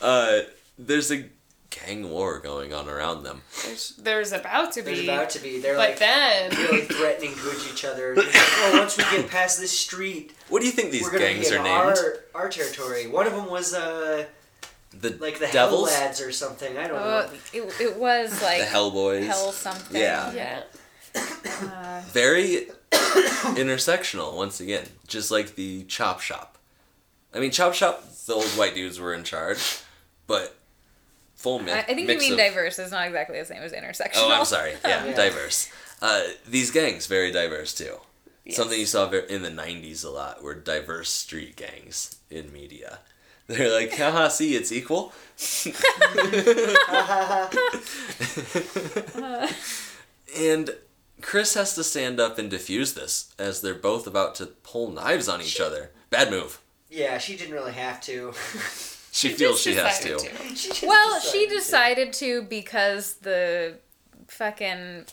uh, there's a gang war going on around them. There's, there's about to There's be. about to be. They're but like then, really threatening towards each other. They're like, oh, once we get past this street, What do you think these we're gonna gangs be are in named? our our territory. One of them was uh The like the Devils, Hell Lads or something. I don't Uh, oh, know. it, it was like the Hell Boys. hell something. Yeah. yeah. Uh, Very intersectional once again, just like the Chop Shop. I mean, Chop Shop, the old white dudes were in charge, but full mi- I, I think you mix mean of- diverse. It's not exactly the same as intersectional. Oh, I'm sorry. Yeah, Yeah. diverse. Uh, these gangs very diverse too. Yes. Something you saw ver- in the '90s a lot were diverse street gangs in media. They're like, haha, see, it's equal. and Chris has to stand up and defuse this as they're both about to pull knives on each other. Bad move. Yeah, she didn't really have to. She, feels she Just has to. decided to. She just Well, she to. decided to because the fucking.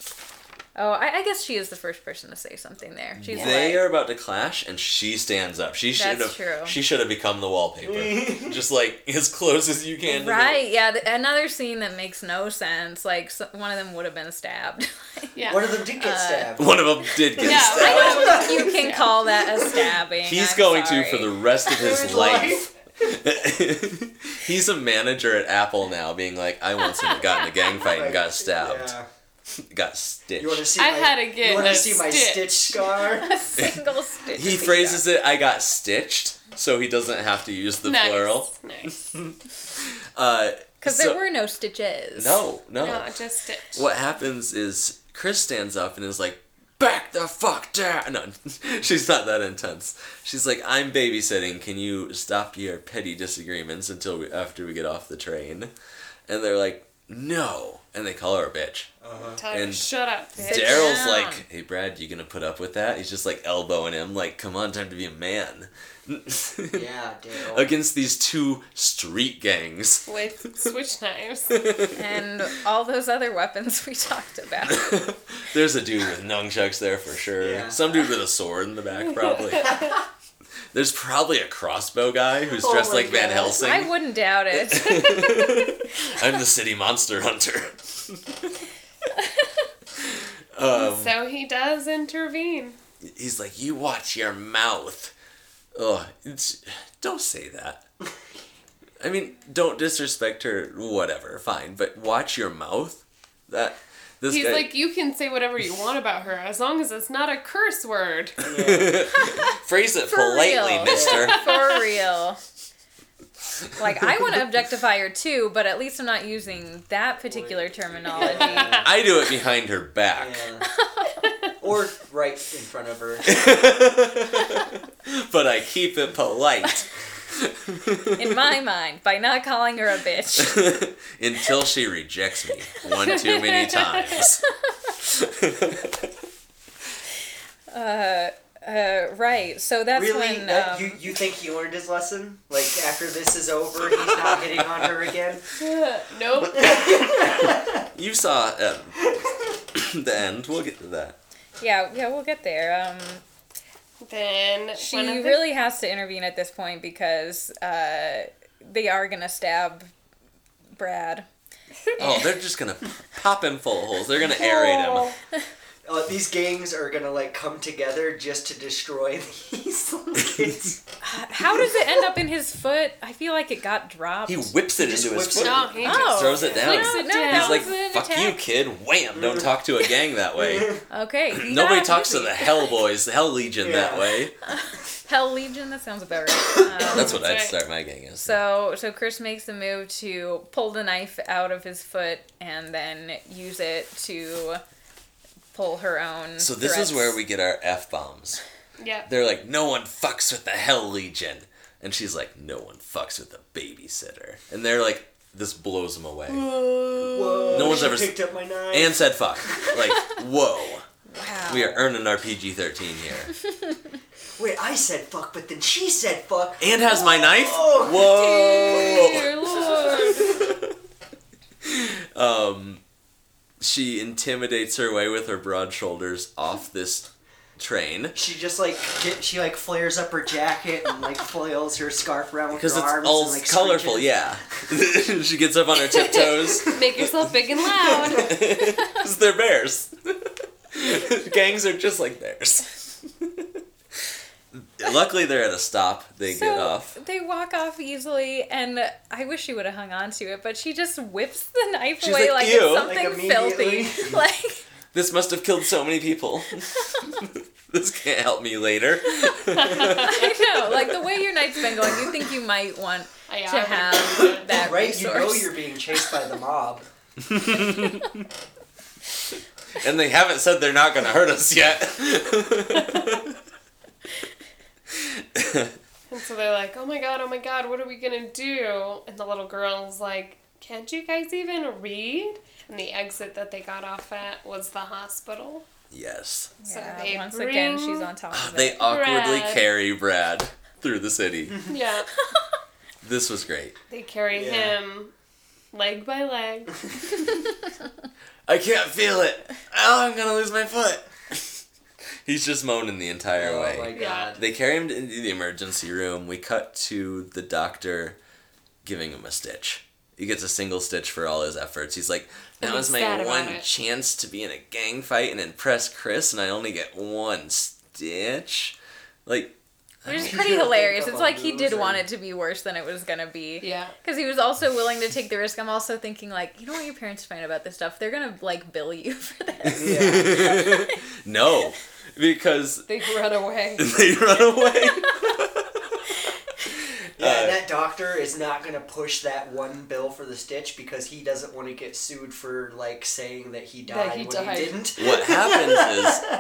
Oh, I, I guess she is the first person to say something there. She's They like, are about to clash, and she stands up. She should That's have. true. She should have become the wallpaper, just like as close as you can. to the- right? Yeah, th- another scene that makes no sense. Like so, one of them would have been stabbed. Yeah. One of them did uh, get stabbed. One of them did get Yeah, stabbed. I know. I don't think you can call that a stabbing. He's I'm going to for sorry. the rest of his His life. He's a manager at Apple now, being like, "I once got in a gang fight and got stabbed, Yeah. got You want to stitched." see? I my, had to get You want a to see my stitch. stitch scar? a single stitch. He phrases it, "I got stitched," so he doesn't have to use the nice. plural. Nice. Uh, because so- there were no stitches. no, no, No, just stitch. Oh. what happens is Chris stands up and is like, "Back the fuck down!" No, she's not that intense. She's like, "I'm babysitting. Can you stop your petty disagreements until we, after we get off the train?" And they're like, "No," and they call her a bitch. Uh-huh. Tell her, And shut up, bitch. Sit Daryl's down. like, "Hey, Brad, you gonna put up with that?" He's just like elbowing him, like, "Come on, time to be a man." yeah, Daryl. Against these two street gangs. With switch knives. and all those other weapons we talked about. There's a dude with nunchucks there for sure. Yeah. Some dude with a sword in the back, probably. There's probably a crossbow guy who's dressed my like Van God. Helsing. I wouldn't doubt it. I'm the city monster hunter. so he does intervene. Um, He's like, you watch your mouth. Ugh, it's, don't say that. I mean, don't disrespect her. Whatever, fine. But watch your mouth. That this He's guy. like, you can say whatever you want about her as long as it's not a curse word. phrase it For politely, real. Mister. For real. Like I want to objectify her too, but at least I'm not using that particular terminology. Yeah. I do it behind her back, Yeah. or right in front of her. but I keep it polite. In my mind, by not calling her a bitch. until she rejects me one too many times. Uh, uh, right. So that's Really? when. Uh, That- um, you you think he learned his lesson? Like after this is over, he's not hitting on her again. nope. You saw um, the end. We'll get to that. yeah, yeah, we'll get there. Um, Then she one of the- really has to intervene at this point because uh, they are gonna stab Brad. Oh, they're just gonna pop him full of holes. They're gonna aerate him. Uh, these gangs are gonna like come together just to destroy these little kids. How does it end up in his foot? I feel like it got dropped. He whips it Just into his whips foot. it. No, he Oh. Throws it down. No, no, that He's like, was an "Fuck you, attack. kid!" Wham! Don't talk to a gang that way. Okay. he Nobody got talks to busy. the Hell Boys, the Hell Legion that Yeah. way. Hell Legion. That sounds about right. Um, That's what I'd right. start my gang as. so so Chris makes the move to pull the knife out of his foot and then use it to pull her own. So this threats. is where we get our f bombs. Yep. They're like, no one fucks with the Hell Legion. And she's like, no one fucks with the babysitter. And they're like, this blows them away. Whoa. No one's she ever s- picked up my knife. And said fuck. Like, whoa. Wow. We are earning our PG 13 here. Wait, I said fuck, but then she said fuck. And has my knife? Whoa. Whoa. Dear Lord. She intimidates her way with her broad shoulders off this train. She just like get, she like flares up her jacket and like flails her scarf around with Because her it's arms all and, like, colorful, screeches. yeah. she gets up on her tiptoes. Make yourself big and loud. Because they're bears. Gangs are just like bears. Luckily, they're at a stop. They get off. They walk off easily, and I wish she would have hung on to it, but she just whips the knife She's away like, like, "Ew." it's Like, something immediately. filthy. like, This must have killed so many people. this can't help me later. I know, like the way your night's been going, you think you might want I to already have that Right, resource. you know you're being chased by the mob. And they haven't said they're not going to hurt us yet. And so they're like, oh my god, oh my god, what are we gonna do? And the little girl's like, can't you guys even read? And the exit that they got off at was the hospital. yes. Yeah, So they once again, bring- she's on top of Ah, They it. awkwardly Brad. carry Brad through the city. Yeah. This was great. they carry Yeah. him leg by leg. I can't feel it. Oh, I'm going to lose my foot. He's just moaning the entire way. Oh my Yeah. god. They carry him into the emergency room. We cut to the doctor giving him a stitch. He gets a single stitch for all his efforts. He's like, that And was he's sad my about one it." chance to be in a gang fight and impress Chris, and I only get one stitch. Like, Which is I pretty think hilarious. I'm It's like he did losing. want it to be worse than it was gonna be. Yeah. Because he was also willing to take the risk. I'm also thinking, like, you know what your parents find about this stuff? They're gonna, like, bill you for this. Yeah. no, because They run away. they run away. Yeah, and that doctor is not gonna push that one bill for the stitch because he doesn't want to get sued for like saying that he died That he when died. he didn't. what happens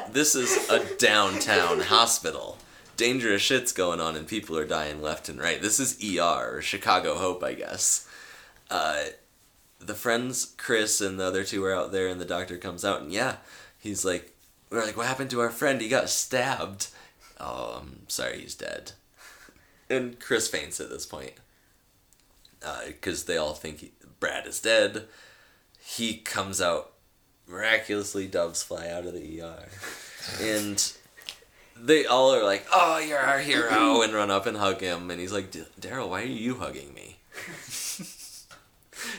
is this is a downtown hospital. Dangerous shit's going on, and people are dying left and right. This is ER or Chicago Hope, I guess. Uh, the friends, Chris and the other two, are out there, and the doctor comes out, and yeah, he's like, "We're like, what happened to our friend? He got stabbed. Oh, I'm sorry, he's dead." And Chris faints at this point because they all think he, Brad is dead. He comes out miraculously doves fly out of the ER. And they all are like, oh, you're our hero, and run up and hug him. And he's like, "D- Daryl, why are you hugging me?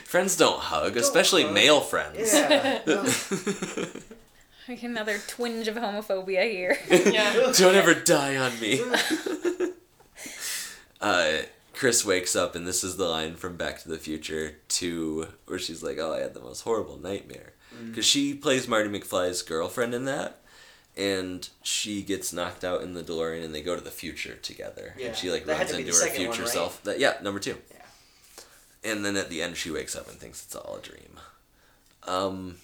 friends don't hug, especially hug. male friends. Yeah. like, another twinge of homophobia here. yeah. Don't ever die on me. uh, Chris wakes up, and this is the line from Back to the Future to where she's like, "Oh, I had the most horrible nightmare," Mm. because she plays Marty McFly's girlfriend in that, and she gets knocked out in the DeLorean, and they go to the future together, Yeah. and she like That had runs to be into the her second future one, right? self. That yeah, number two. Yeah. And then at the end, she wakes up and thinks it's all a dream. Um,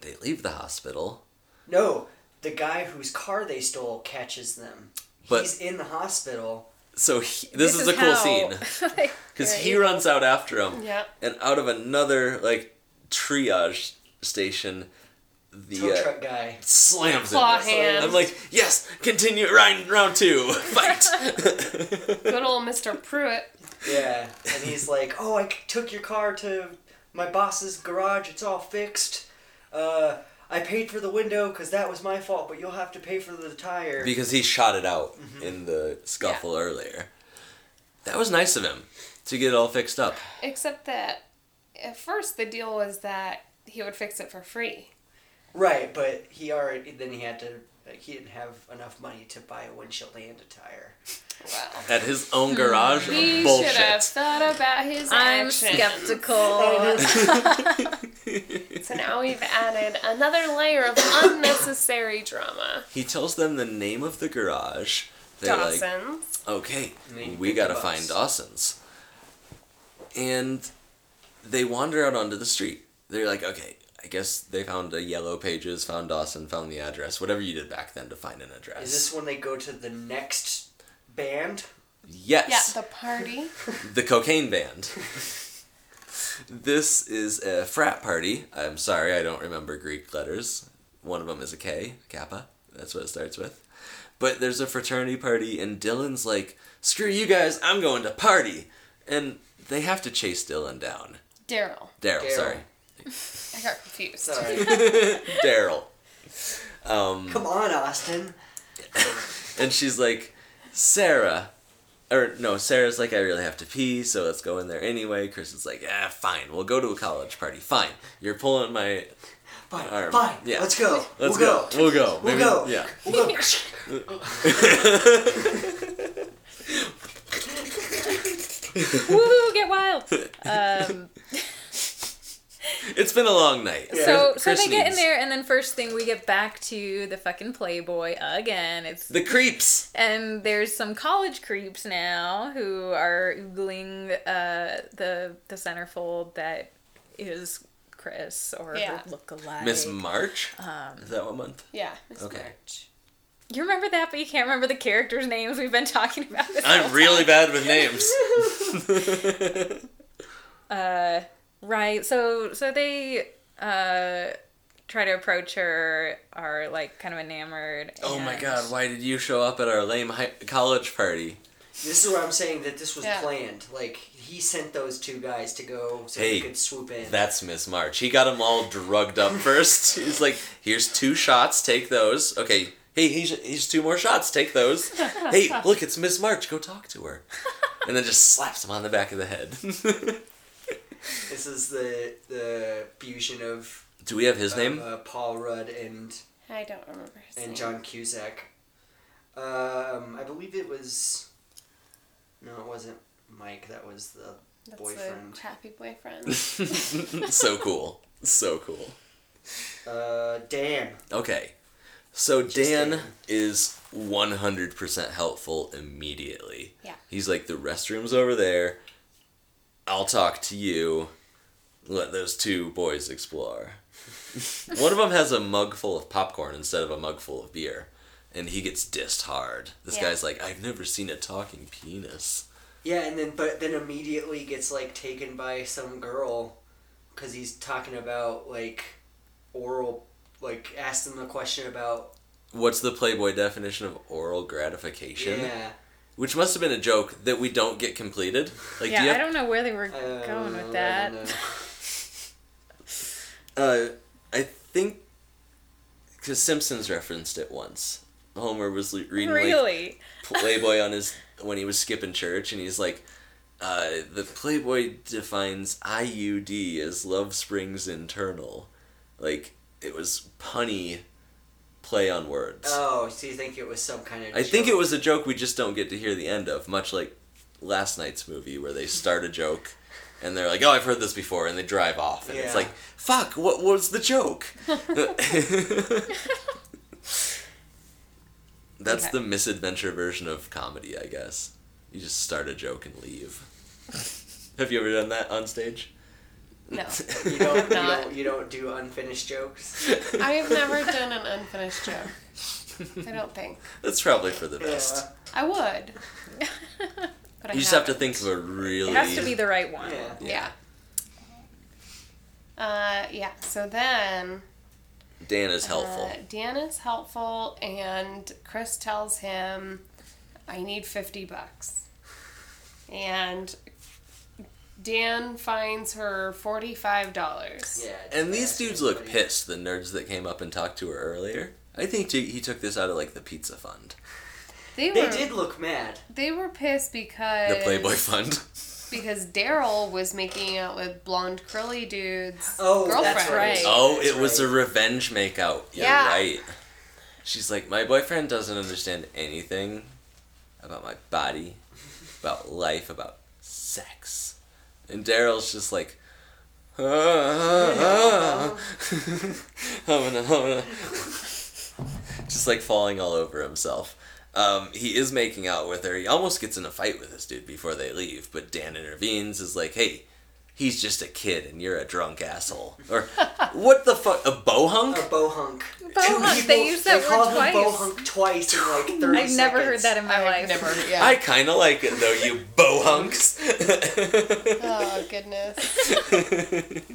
they leave the hospital. No, the guy whose car they stole catches them. But- He's in the hospital. So he, this, is, a cool scene. scene. Because he runs out after him. Yeah. And out of another, like, triage station, Tow the uh, truck guy. slams him. Claw hand. I'm like, yes, continue round, round two, fight. Good old Mr. Pruitt. Yeah, and he's like, "Oh, I took your car to my boss's garage. It's all fixed. Uh, I paid for the window because that was my fault, but you'll have to pay for the tire." because he shot it out Mm-hmm. in the scuffle earlier. That was nice of him to get it all fixed up. Except that at first the deal was that he would fix it for free. right, but he already then he had to. Like, he didn't have enough money to buy a windshield and a tire. Well. At his own garage, Hmm, He should have bullshit. thought about his I'm actions. skeptical. Oh, So now we've added another layer of unnecessary drama. He tells them the name of the garage. They're like, Dawson's. okay, And they we pick gotta the bus. find Dawson's. And they wander out onto the street. They're like, okay, I guess they found a yellow pages, found Dawson, found the address, whatever you did back then to find an address. Is this when they go to the next band? Yes, yeah, the party. the cocaine band. This is a frat party. I'm sorry, I don't remember Greek letters. One of them is a K, Kappa. That's what it starts with. But there's a fraternity party, and Dylan's like, screw you guys, I'm going to party. And they have to chase Dylan down. Daryl. Daryl, Daryl. sorry. I got confused. Sorry. Daryl. Um, Come on, Austin. and she's like, Sarah. Or no, Sarah's like, I really have to pee, so let's go in there anyway. Chris is like, ah, fine, we'll go to a college party. Fine, you're pulling my. Fine, All right, fine. yeah. Let's go. Let's we'll go. We'll go. We'll Maybe- go. Yeah. We'll go. Woohoo, get wild. Um, It's been a long night. so so Chris they get in needs- there, and then first thing we get back to the fucking Playboy again. It's The creeps. and there's some college creeps now who are oogling uh, the the centerfold that is Chris or Yeah. look alike. Miss March. is that one month? Yeah. Miss Okay. March. you remember that, but you can't remember the characters' names. We've been talking about this. I'm really bad with names. Uh, right. So so they uh, try to approach her, are like kind of enamored. oh my and- god, why did you show up at our lame hi- college party? This is where I'm saying that this was Yeah. planned. Like he sent those two guys to go so Hey, he could swoop in. That's Miss March. He got them all drugged up first. He's like, here's two shots, take those. Okay, hey, he's, he's two more shots, take those. Hey, look, it's Miss March, go talk to her. And then just slaps him on the back of the head. this is the the fusion of Do we have his of, name? uh, Paul Rudd and I don't remember his and name. John Cusack. Um, I believe it was. No, it wasn't Mike. That was the That's boyfriend. the crappy boyfriend. so cool. So cool. Uh, Dan. Okay. So Just Dan Dan. is 100% helpful immediately. Yeah. He's like, the restroom's over there. I'll talk to you. Let those two boys explore. One of them has a mug full of popcorn instead of a mug full of beer. And he gets dissed hard. This Yeah. guy's like, I've never seen a talking penis. Yeah, and then but then immediately gets like taken by some girl, because he's talking about like oral, like asked him a question about What's the Playboy definition of oral gratification? yeah. Which must have been a joke that we don't get completed. Like, Yeah, do you I have- don't know where they were I don't going with know, Uh, I that. don't know. Uh, I think because Simpsons referenced it once. Homer was le- reading like, really? Playboy on his when he was skipping church, and he's like, uh, "The Playboy defines IUD as love springs internal." Like it was punny play on words. Oh, so you think it was some kind of? I think joke. it was a joke we just don't get to hear the end of, much like last night's movie where they start a joke and they're like, "Oh, I've heard this before," and they drive off, and it's Yeah. like, "Fuck, what was the joke?" That's Okay. the misadventure version of comedy, I guess. You just start a joke and leave. Have you ever done that on stage? No. You don't, you, Not- don't, you don't do unfinished jokes. I have never done an unfinished joke. I don't think. That's probably for the best. I would. But I You just have to think of a really It has to be the right one. Yeah. Yeah. Uh, yeah. So then Dan is helpful. Uh, Dan is helpful, and Chris tells him, I need 50 bucks. And Dan finds her $45. Yeah. And these Yeah, dudes so look what do you- pissed, the nerds that came up and talked to her earlier. I think t- he took this out of like the pizza fund, They, They were, did look mad. They were pissed because. the Uh, Playboy fund. Because Daryl was making out with blonde curly dudes. Oh, that's girlfriend. right. Oh, That's it was a right. revenge makeout. You're Yeah. right. She's like, my boyfriend doesn't understand anything about my body, about life, about sex. And Daryl's just like, "Ah, ah, ah." I'm gonna, I'm gonna. just like falling all over himself. Um, he is making out with her. He almost gets in a fight with this dude before they leave, but Dan intervenes, is like, hey, he's Oh, just a kid and you're a drunk asshole. Or, what the fuck? A bohunk? A bohunk. bohunk. They use that word they called twice. him bohunk twice in like 30 I've never heard that in my life. I've never. Yeah. I kind of like it though, you bohunks. Oh goodness.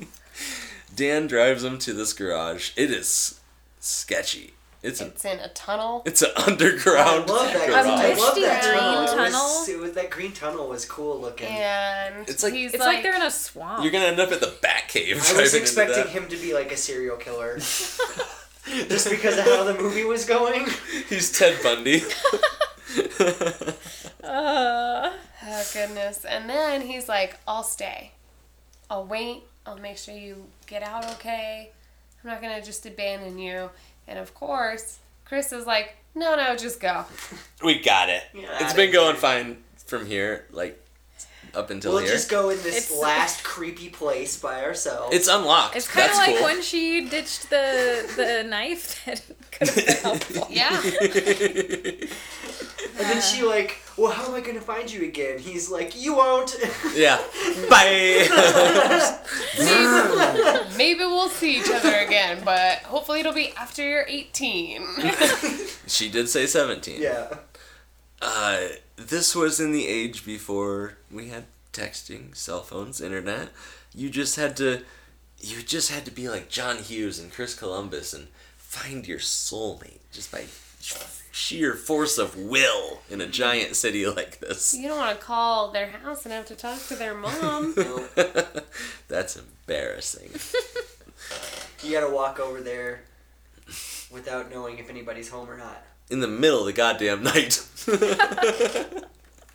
Dan drives him to this garage. It is sketchy. It's an It's in a tunnel. it's an underground I love that. garage. I I wish love the that green tunnel. It was- tunnel- it was- that green tunnel was cool looking. And It's like- he's It's like, they're in a swamp. You're gonna end up at the Batcave. I was expecting him to be like a serial killer. Just because of how the movie was going. He's Ted Bundy. uh, Oh goodness. And then he's like, I'll stay. I'll wait. I'll make sure you get out okay. I'm not gonna just abandon you. And of course, Chris is like, No, no, just go. we got it. Yeah. it's been going fine from here, like up until We'll here. just go in this It's- last creepy place by ourselves. It's unlocked. it's kind of That's like cool. when she ditched the the knife that could have been helpful. Yeah. and then she like, well, how am I gonna find you again? He's like, you won't. yeah. Bye. maybe, maybe we'll see each other again, but hopefully it'll be after you're 18. she did say 17. yeah. Uh, this was in the age before we had texting, cell phones, internet. You just had to, you just had to be like John Hughes and Chris Columbus and find your soulmate just by sheer force of will in a giant city like this. you don't want to call their house and have to talk to their mom. That's embarrassing. You gotta walk over there without knowing if anybody's home or not. In the middle of the goddamn night.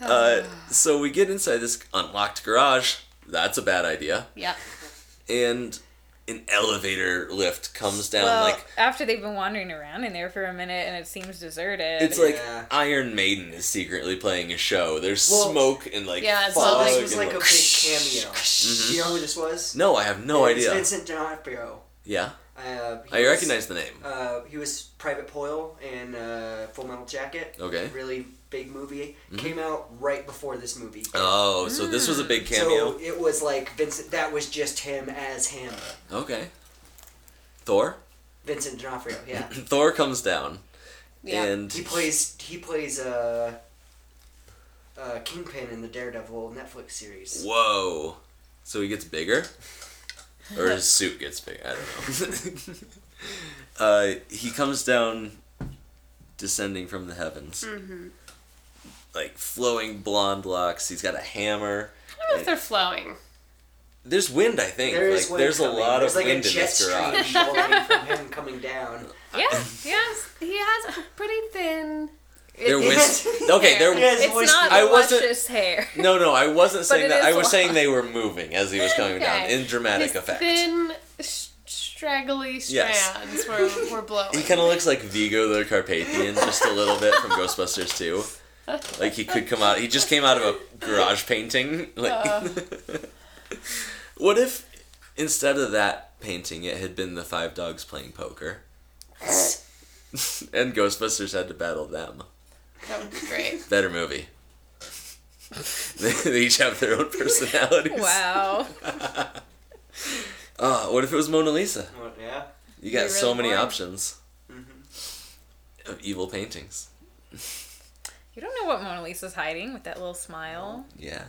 uh, so we get inside this unlocked garage. That's a bad idea. yep. and an elevator lift comes down Well, like after they've been wandering around in there for a minute and it seems deserted. it's like Yeah. Iron Maiden is secretly playing a show. There's Well- smoke and like Yeah, it's fog. So not this like- was and like a big like- cameo. Do you know who this was? no, I have no It's idea. Vincent D'Onofrio. yeah, Uh, he I was- recognize the name. Uh, he was Private Poyle in uh, Full Metal Jacket. Okay. Mm-hmm. Really big movie. Came out right before this movie. Oh, so this was a Mm. big cameo. So it was like Vincent. That was just him as him. okay, Thor. Vincent D'Onofrio. Yeah. Thor comes down Yeah. and he plays. He plays. Uh, uh, Kingpin in the Daredevil Netflix series. Whoa. So he gets bigger? Or his suit gets bigger. I don't know. uh, he comes down descending from the heavens. Mm-hmm. Like flowing blonde locks. He's got a hammer. I don't know if they're flowing. There's wind, I think. There is like wind there's coming. a lot There's of like wind a in jet this stream garage. blowing from him coming down. yeah, yeah. He has a pretty thin. They're It- whis- Okay, they're Yes. it's was- not I wasn't- luscious hair. No, no, I wasn't saying it that. is I was long. saying they were moving as he was coming down Okay. in dramatic his effect. Thin, sh- straggly Yes. strands were, were blowing. He kind of looks like Vigo the Carpathian just a little bit from Ghostbusters 2. Like he could come out. He just came out of a garage painting. Like, Uh. what if instead of that painting, it had been the five dogs playing poker, and Ghostbusters had to battle them? That would be great. Better movie. they they each have their own personalities. Wow. Uh, what if it was Mona Lisa? What, yeah. You got Be so really many boring. options Mm-hmm. of evil paintings. You don't know what Mona Lisa's hiding with that little smile. Yeah.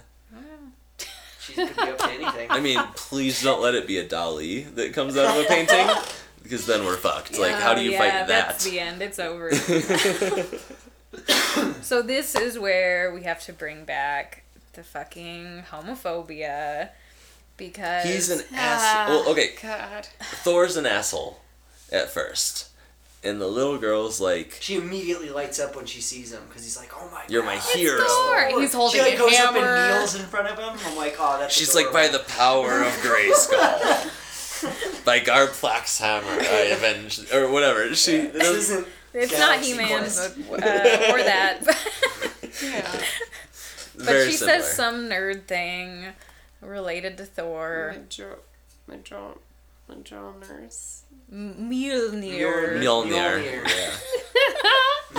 She could be up to anything. I mean, please don't let it be a Dali that comes out of a painting, because then we're fucked. Like, how do you Oh, fight That's that? the end. It's over. so this is where we have to bring back the fucking homophobia because He's an asshole. Ah. Well, okay, God. Thor's an asshole at first, and the little girl's like, She immediately lights up when she sees him because he's like, "Oh my "You're god." my hero." Thor. He's holding she like a goes hammer. up and kneels in front of him. I'm like, "Oh, that's." She's like, "By the power of Grayskull, by Garplack's hammer, I avenge," or whatever. She. This isn't. it's not Galaxy He-Man Quest. but, uh, or that. Yeah. but very she similar. says some nerd thing related to Thor. Madro- Madro- Madroners. M- Mjolnir. Mjolnir. Yeah.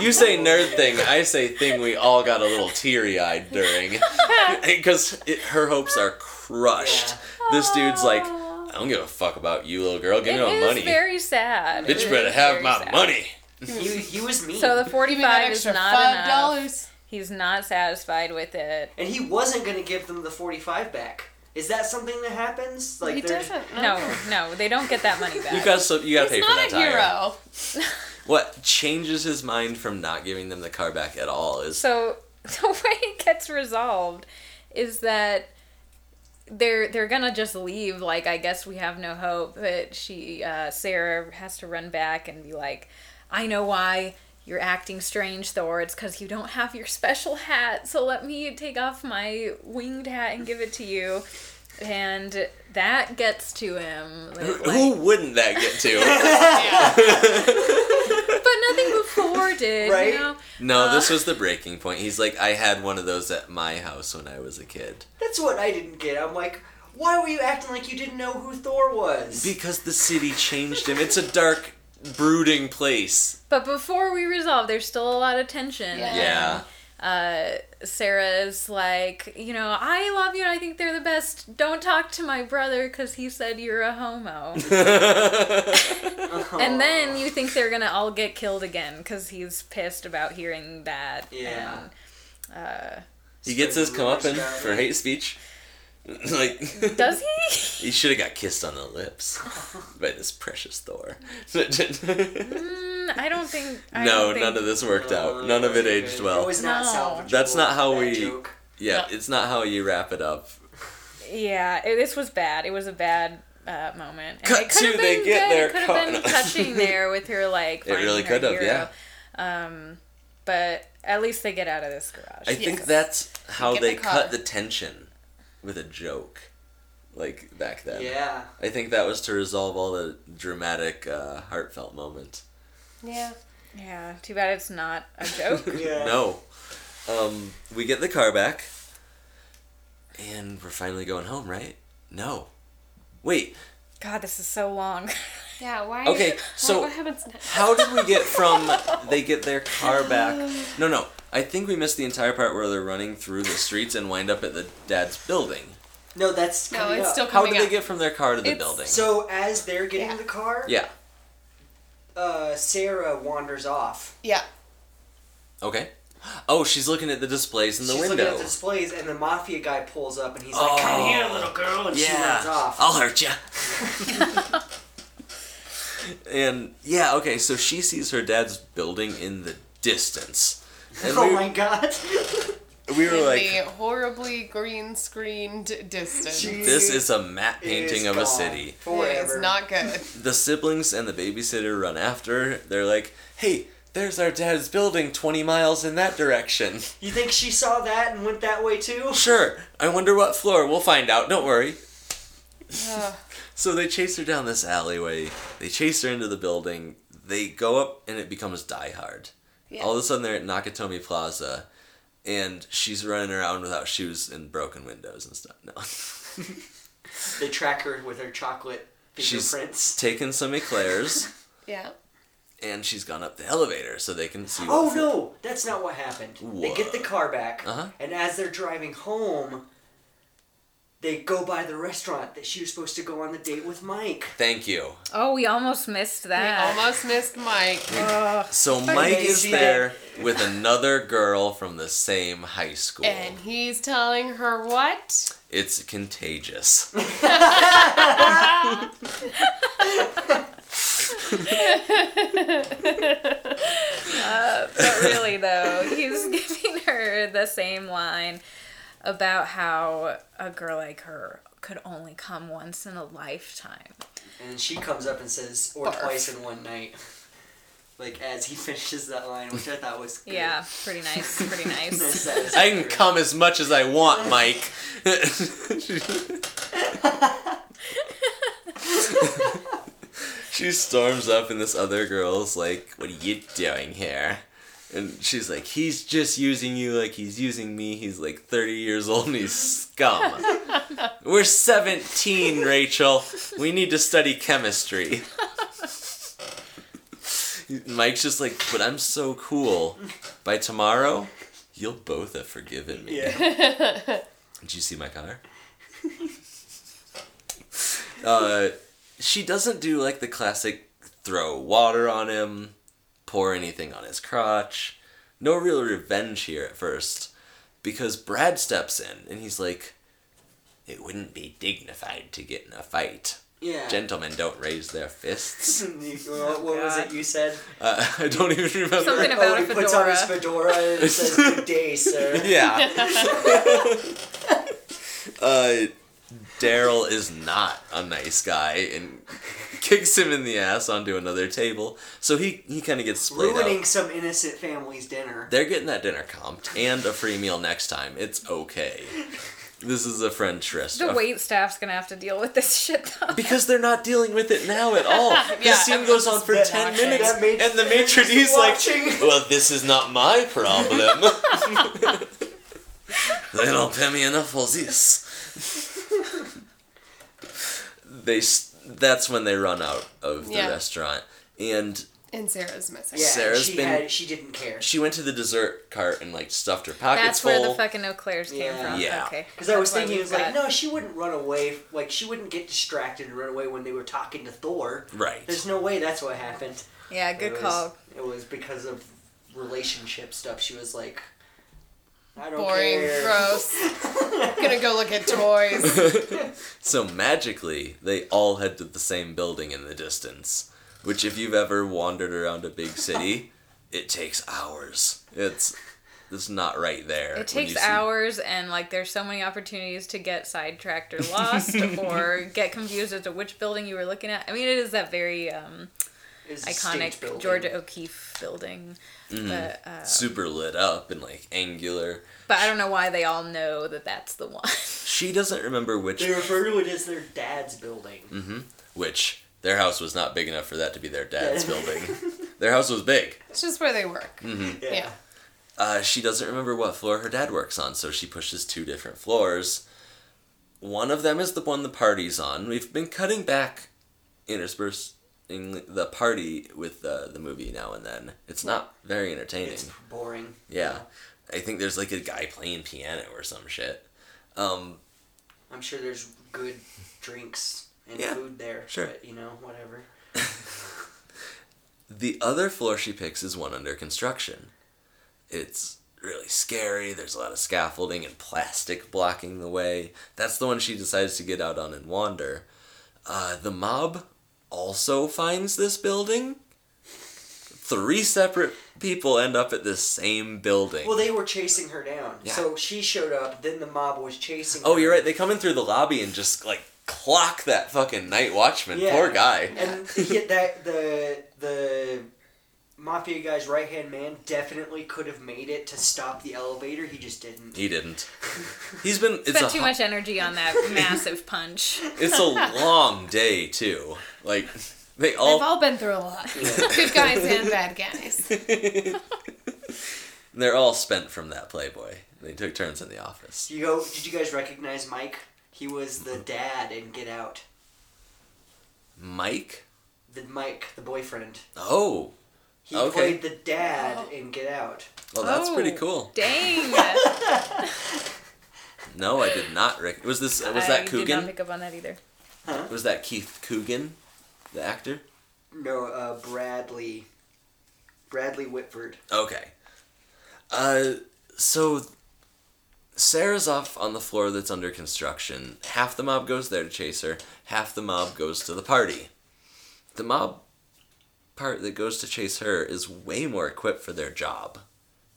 You say nerd thing, I say thing we all got a little teary eyed during. Because her hopes are crushed. This dude's like, I don't give a fuck about you, little girl. Give It me my is money. very sad. Bitch, It you better is have very my sad. money. He, he was mean. So the Give me that forty-five is extra not five enough. dollars. He's not satisfied with it. and he wasn't going to give them the 45 back. Is that something that happens? Like he they're- doesn't. No, no, they don't get that money back. You got so you gotta pay He's for that not a tire. hero. What changes his mind from not giving them the car back at all is So the way it gets resolved is that they're they're gonna just leave. Like I guess we have no hope. But she uh, Sarah has to run back and be like, I know why you're acting strange, Thor. It's because you don't have your special hat. So let me take off my winged hat and give it to you. And that gets to him. who, Like- who wouldn't that get to? but nothing before did, Right? you know? no, this Uh. was the breaking point. He's like, I had one of those at my house when I was a kid That's what I didn't get. I'm like, why were you acting like you didn't know who Thor was? because the city changed him. It's a dark, brooding place. But before we resolve, there's still a lot of tension. Yeah. Yeah. uh, Sarah's like, you know, I love you and I think they're the best. Don't talk to my brother because he said you're a homo. Uh-huh. And then you think they're gonna all get killed again because he's pissed about hearing that. Yeah. And, uh, he gets his comeuppance Rumors for hate speech. like, uh, does he? he should have got kissed on the lips by this precious Thor. Mm, I don't think. I no, don't think- none of this worked out. None of it aged well. It was not No. salvageable. That's not how that we- Joke. Yeah, No. it's not how you wrap it up. Yeah, it, this was bad. It was a bad uh, moment. And Cut it could to have they been get good. their It could have been car- touching there with her like. It really finding her could have, hero. yeah. Um, but at least they get out of this garage. I think Yes. that's how Get they the car. cut the tension with a joke. Like back then. Yeah. I think that was to resolve all the dramatic, uh, heartfelt moment. Yeah. yeah, too bad it's not a joke. Yeah. No. Um, we get the car back. And we're finally going home, right? No. Wait, God, this is so long. Yeah. Why? Okay, why- so- what happens next? how did we get from they get their car back? No, no. I think we missed the entire part where they're running through the streets and wind up at the dad's building. No, that's No, coming it's up. still How coming did up. they get from their car to the It's- building? So as they're getting Yeah. the car, yeah. uh, Sarah wanders off. yeah. Okay. Oh, she's looking at the displays in the She's looking window. at the displays, and the mafia guy pulls up, and he's Oh. like, "Come here, little girl," and she runs off. I'll hurt you. and yeah, okay. So she sees her dad's building in the distance, and oh my god! we, we were In like, the horribly green screened distance. She- "This is a matte It is painting of a gone city." It Forever. is not good. The siblings and the babysitter run after. her. They're like, "Hey, there's our dad's building twenty miles in that direction." You think she saw that and went that way too? Sure. I wonder what floor. We'll find out. Don't worry. Ugh. So they chase her down this alleyway. They chase her into the building. They go up, and it becomes Die Hard. Yeah. All of a sudden, they're at Nakatomi Plaza, and she's running around without shoes and broken windows and stuff. No, They track her with her chocolate she's fingerprints. taken some eclairs, yeah. and she's gone up the elevator so they can see. Oh what- no, that's not what happened. They get the car back, Uh-huh. and as they're driving home, they go by the restaurant that she was supposed to go on the date with Mike. Thank you. oh, we almost missed We that. almost missed Mike. So Mike they is see there with another girl from the same high school. And he's telling her what? It's contagious. but really though, he's giving her the same line about how a girl like her could only come once in a lifetime. And she comes up and says, "Or twice in one night." Like as he finishes that line, which I thought was good. Yeah, pretty nice, pretty nice. That's- that is I can good. come as much as I want, Mike. she storms up, and this other girl's like, What are you doing here? And she's like, He's just using you like he's using me. He's like 30 years old and he's scum. We're 17, Rachel. We need to study chemistry. Mike's just like, But I'm so cool. By tomorrow, you'll both have forgiven me. Yeah. Did you see my car? Uh, she doesn't do like the classic throw water on him, pour anything on his crotch. No real revenge here at first, because Brad steps in and he's like, "It wouldn't be dignified to get in a fight. Yeah. Gentlemen don't raise their fists." what what was it you said? Uh, I don't even remember. Something about- oh, a he puts on his fedora. fedora and says, "Good day, sir." Yeah. uh, Daryl is not a nice guy and kicks him in the ass onto another table. So he, he kind of gets split Ruining out. some innocent family's dinner. They're getting that dinner comped and a free meal next time. It's okay. This is a French The restaurant. wait staff's gonna have to deal with this shit though. because they're not dealing with it now at all. Yeah, this scene goes on for That- 10 watching. minutes, That made- and the that maitre made me d's like, watching. Well, this is not my problem. they don't pay me enough for this. they, s- that's when they run out of the Yeah. restaurant. And And Sarah's missing. Yeah, Sarah's she been- had, she didn't care. she went to the dessert cart and, like, stuffed her pockets That's full. where the fucking Eau Claire's came Yeah. from. Yeah. Okay. Because I was That's why thinking, it we've was like, got- no, she wouldn't run away. Like, she wouldn't get distracted and run away when they were talking to Thor. right. There's no way that's what happened. Yeah, good it was, call. It was because of relationship stuff. She was like, I don't Boring, care. gross. Gonna go look at toys. So magically, they all head to the same building in the distance, which if you've ever wandered around a big city, it takes hours. It's it's not right there. It when you takes see- hours, and like there's so many opportunities to get sidetracked or lost or get confused as to which building you were looking at. I mean, it is that very um, It's a state iconic building. Georgia O'Keeffe building. Mm-hmm. But, uh, super lit up and like angular. but I don't know why they all know that that's the one. She doesn't remember which They refer to it as their dad's building. Mm-hmm. which their house was not big enough for that to be their dad's building. Their house was big. It's just where they work. Yeah. Uh, she doesn't remember what floor her dad works on, so she pushes two different floors. One of them is the one the party's on. We've been cutting back, interspersing the party with uh, the movie now and then. It's not very entertaining. It's boring. yeah. I think there's like a guy playing piano or some shit. Um, I'm sure there's good drinks and Yeah, food there. sure. But, you know, whatever. The other floor she picks is one under construction. It's really scary. There's a lot of scaffolding and plastic blocking the way. That's the one she decides to get out on and wander. Uh, the mob also finds this building. Three separate people end up at this same building. Well, they were chasing her down. Yeah. So she showed up, then the mob was chasing oh, her. you're right. They come in through the lobby and just like clock that fucking night watchman. Yeah. Poor guy. And yet that the the mafia guy's right hand man definitely could have made it to stop the elevator. He just didn't. He didn't. He's been. It's Spent a too hot- much energy on that massive punch. It's a long day too. Like they all They've all been through a lot. Good guys and bad guys. they're all spent from that Playboy. They took turns in the office. Do you go? Did you guys recognize Mike? He was the dad in Get Out. Mike? The Mike, the boyfriend. Oh. He Okay. played the dad in Get Out. Well, that's Oh. pretty cool. Dang. No, I did not rec- Was this was I that did not Coogan? pick up on that either. Was that Keith Coogan, the actor? No, uh, Bradley. Bradley Whitford. Okay. Uh so Sarah's off on the floor that's under construction. Half the mob goes there to chase her, half the mob goes to the party. The mob part that goes to chase her is way more equipped for their job.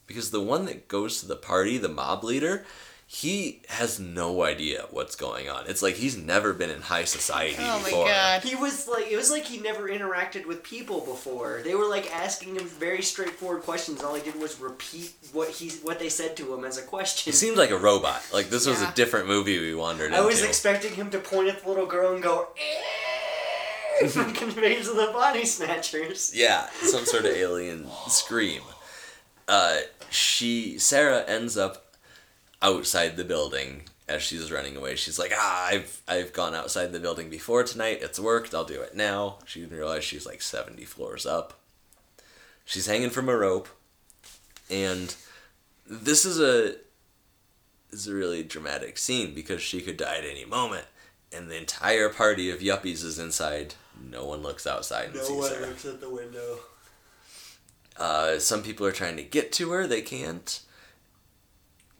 Because the one that goes to the party, the mob leader, he has no idea what's going on. It's like he's never been in high society Oh my before. god. He was like, it was like he never interacted with people before. They were like asking him very straightforward questions. All he did was repeat what he what they said to him as a question. He seemed like a robot. Like this was a Yeah. different movie we wandered I was into. expecting him to point at the little girl and go, "Eh," from Conveys of the Body Snatchers. Yeah, some sort of alien scream. Uh, she Sarah ends up outside the building as she's running away. She's like, "Ah, I've I've gone outside the building before tonight. It's worked. I'll do it now." She didn't realize she's like seventy floors up. She's hanging from a rope, and this is a is a really dramatic scene because she could die at any moment. and the entire party of yuppies is inside. No one looks outside and sees her. at the window. Uh, some people are trying to get to her, they can't.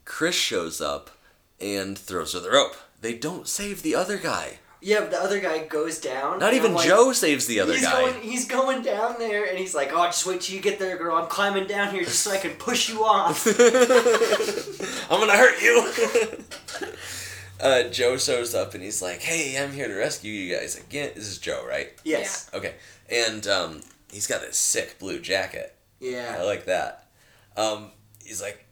Chris shows up and throws her the rope. They don't save the other guy. Yeah, but the other guy goes down. Not and even I'm like, Joe saves the other he's guy. Going, he's going down there, and he's like, "Oh, just wait till you get there, girl. I'm climbing down here just so I can push you off." I'm gonna hurt you. uh, Joe shows up and he's like, "Hey, I'm here to rescue you guys again." This is Joe, right? yes. Okay, and um, he's got a sick blue jacket. I Yeah. like that. Um, he's like,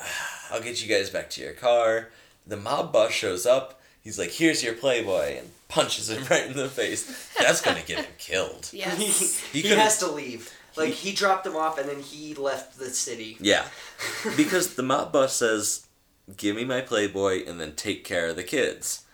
"Ah, "I'll get you guys back to your car." The mob boss shows up. He's like, "Here's your Playboy," and punches him right in the face. That's gonna get him killed. He, Yes. He he could've- has to leave. Like he dropped him off, and then he left the city. Yeah, because the mob boss says, "Give me my Playboy and then take care of the kids."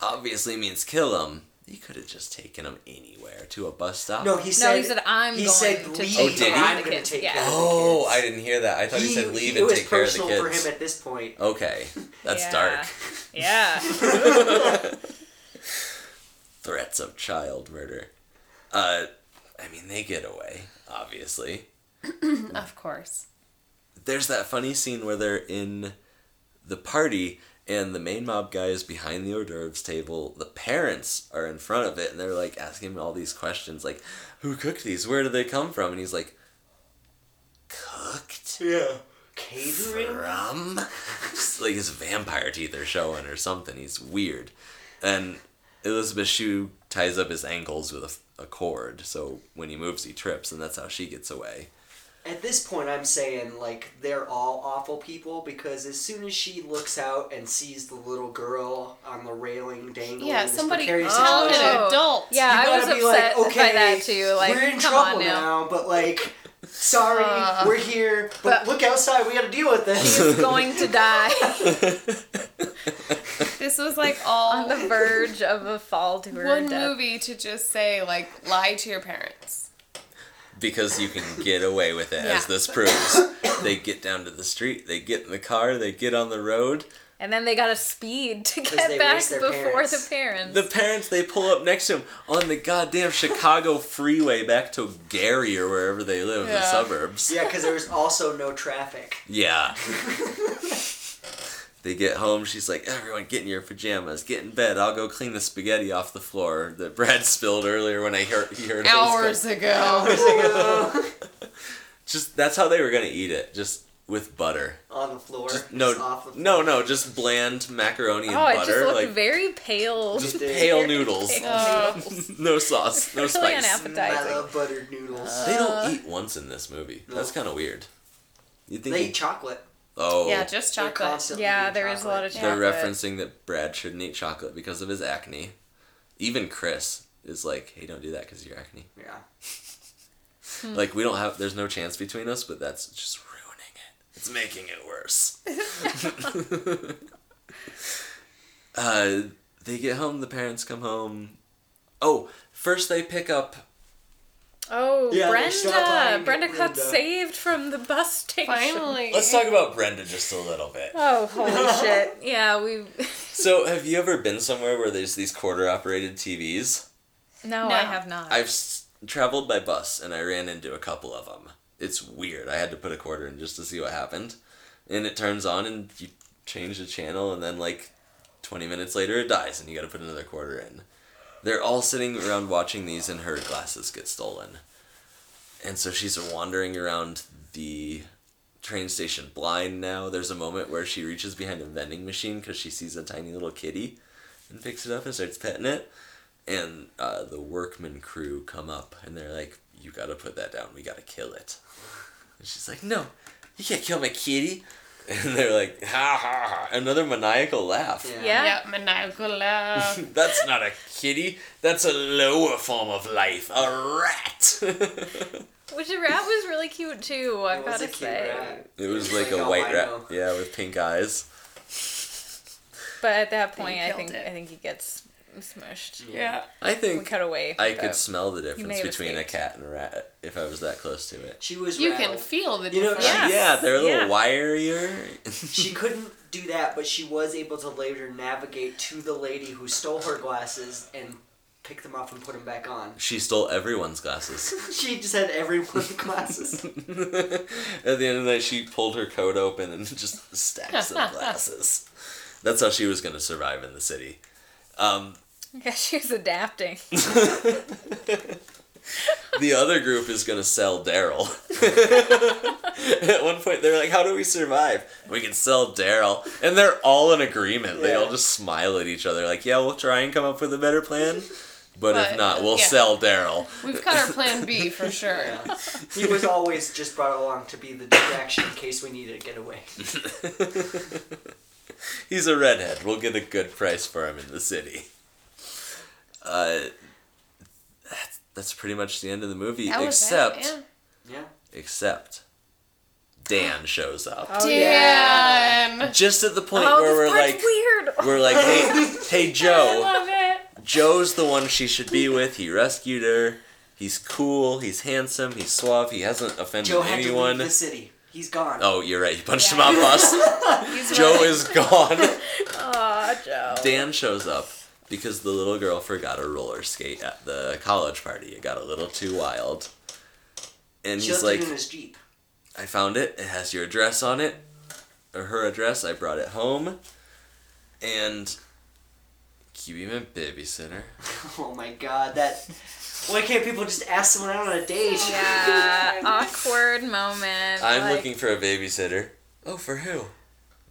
Obviously means kill him. He could have just taken him anywhere to a bus stop. No, he said. no, he said I'm he going said, to "Leave. Oh, did he? care I'm of the gonna kids. take yeah. care of Oh, the I kids. didn't hear that. I thought he, said leave it and was take care of the personal kids. for him at this point. Okay, that's Yeah. dark. Oh. Yeah. Threats of child murder. Uh, I mean, they get away, obviously. Of course. There's that funny scene where they're in the party and the main mob guy is behind the hors d'oeuvres table. The parents are in front of it and they're like asking him all these questions like, who cooked these? Where did they come from? And he's like, cooked? Yeah. Catering. From? Just, like his vampire teeth are showing or something. He's weird. And Elizabeth Shue ties up his ankles with a f- a, cord, so when he moves, he trips, and that's how she gets away. At this point, I'm saying like they're all awful people because as soon as she looks out and sees the little girl on the railing dangling, Yeah, this somebody precarious tell situation, an adult. Oh. Yeah, you I was gotta be like, upset by that too. Like, we're in come on trouble now. now. but like, sorry, Uh, we're here, but, but- look outside. We got to deal with this. He's going to die This was like all on the verge of a fall to her one death. movie to just say like lie to your parents. Because you can get away with it, as Yeah. this proves. they get down to the street, they get in the car, they get on the road. And then they gotta speed to they get back raised their before parents. the parents. The parents, they pull up next to him on the goddamn Chicago freeway back to Gary or wherever they live, the Yeah. suburbs. yeah, because there was also no traffic. Yeah. they get home. She's like, everyone, get in your pajamas. Get in bed. I'll go clean the spaghetti off the floor that Brad spilled earlier when I heard, he heard it was Hours cooked. ago. Just that's how they were gonna eat it. Just with butter. on the floor. No, just off the floor. no, no. Just bland macaroni and oh, it just butter. looked like very pale. just very- pale noodles. Pale Uh, noodles. No sauce. No Really spice. unappetizing. I love buttered noodles. They don't eat once in this movie. No. That's kind of weird. You think? they eat chocolate. oh. yeah, just They're chocolate. constantly yeah, eating there is a lot chocolate. of They're chocolate. referencing that Brad shouldn't eat chocolate because of his acne. Even Chris is like, "Hey, don't do that because of your acne." Yeah. Like we don't have, there's no chance between us, but that's just ruining it. It's making it worse. uh, they get home. The parents come home. Oh, first they pick up. Oh, Yeah, they're still Brenda! applying Brenda it, got Brenda. saved from the bus station. Finally. Let's talk about Brenda just a little bit. Oh, holy shit. Yeah, we. So, have you ever been somewhere where there's these quarter-operated TVs? No, No. I have not. I've s- traveled by bus and I ran into a couple of them. It's weird. I had to put a quarter in just to see what happened. And it turns on and you change the channel and then like 20 minutes later it dies and you got to put another quarter in. They're all sitting around watching these and her glasses get stolen. And so she's wandering around the train station blind now. There's a moment where she reaches behind a vending machine because she sees a tiny little kitty and picks it up and starts petting it and uh, the workman crew come up and they're like, "You gotta put that down. We gotta kill it." And she's like, "No, you can't kill my kitty." And they're like, "Ha ha!" ha. Another maniacal laugh. Yeah. yeah? Yeah, maniacal laugh. That's not a kitty. That's a lower form of life. A rat. Which the rat was really cute too, I It was a gotta cute say. uh, rat. it was like Like a a white rat. rhino. Yeah, with pink eyes. But at that point, I killed think it. I think he gets smushed. Yeah. I We think cut away. I but- could smell the made difference a between a mistake. cat and a rat if I was that close to it. Uh, She was You can rattled. feel the You know, difference. she- Yes. Yeah, they're a little yeah. wirier. she couldn't do that, but she was able to later navigate to the lady who stole her glasses and pick them off and put them back on. she stole everyone's glasses. she just had everyone's glasses. At the end of the night, she pulled her coat open and just stacks of glasses. That's how she was going to survive in the city. Um, Yeah, she was adapting. the other group is going to sell Daryl. At one point, they're like, How do we survive? We can sell Daryl. And they're all in agreement. They all Yeah. just smile at each other, like, Yeah, we'll try and come up with a better plan. But, if But, not, we'll yeah. sell Daryl. We've got our plan B for sure. Yeah. He was always just brought along to be the distraction in case we needed to get away. He's a redhead. We'll get a good price for him in the city. Uh, that's, that's pretty much the end of the movie, That was except it, yeah. Yeah. except Dan shows up Oh, Dan. just at the point Oh, where this we're part's like weird. we're like, hey, hey I Joe, love it. Joe's the one she should be with. He rescued her. He's cool. He's handsome. He's suave. He hasn't offended Joe had to anyone. leave the city. He's gone. Oh, you're right. You punched him out, boss. Joe is gone. Aw, Joe. Dan shows up because the little girl forgot a roller skate at the college party. It got a little too wild. And she he's left like, it in his jeep. I found it. It has your address on it, or her address. I brought it home. And give me my babysitter. Oh my god, that. Why can't people just ask someone out on a date? Yeah, awkward moment. I'm like, looking for a babysitter. Oh, for who?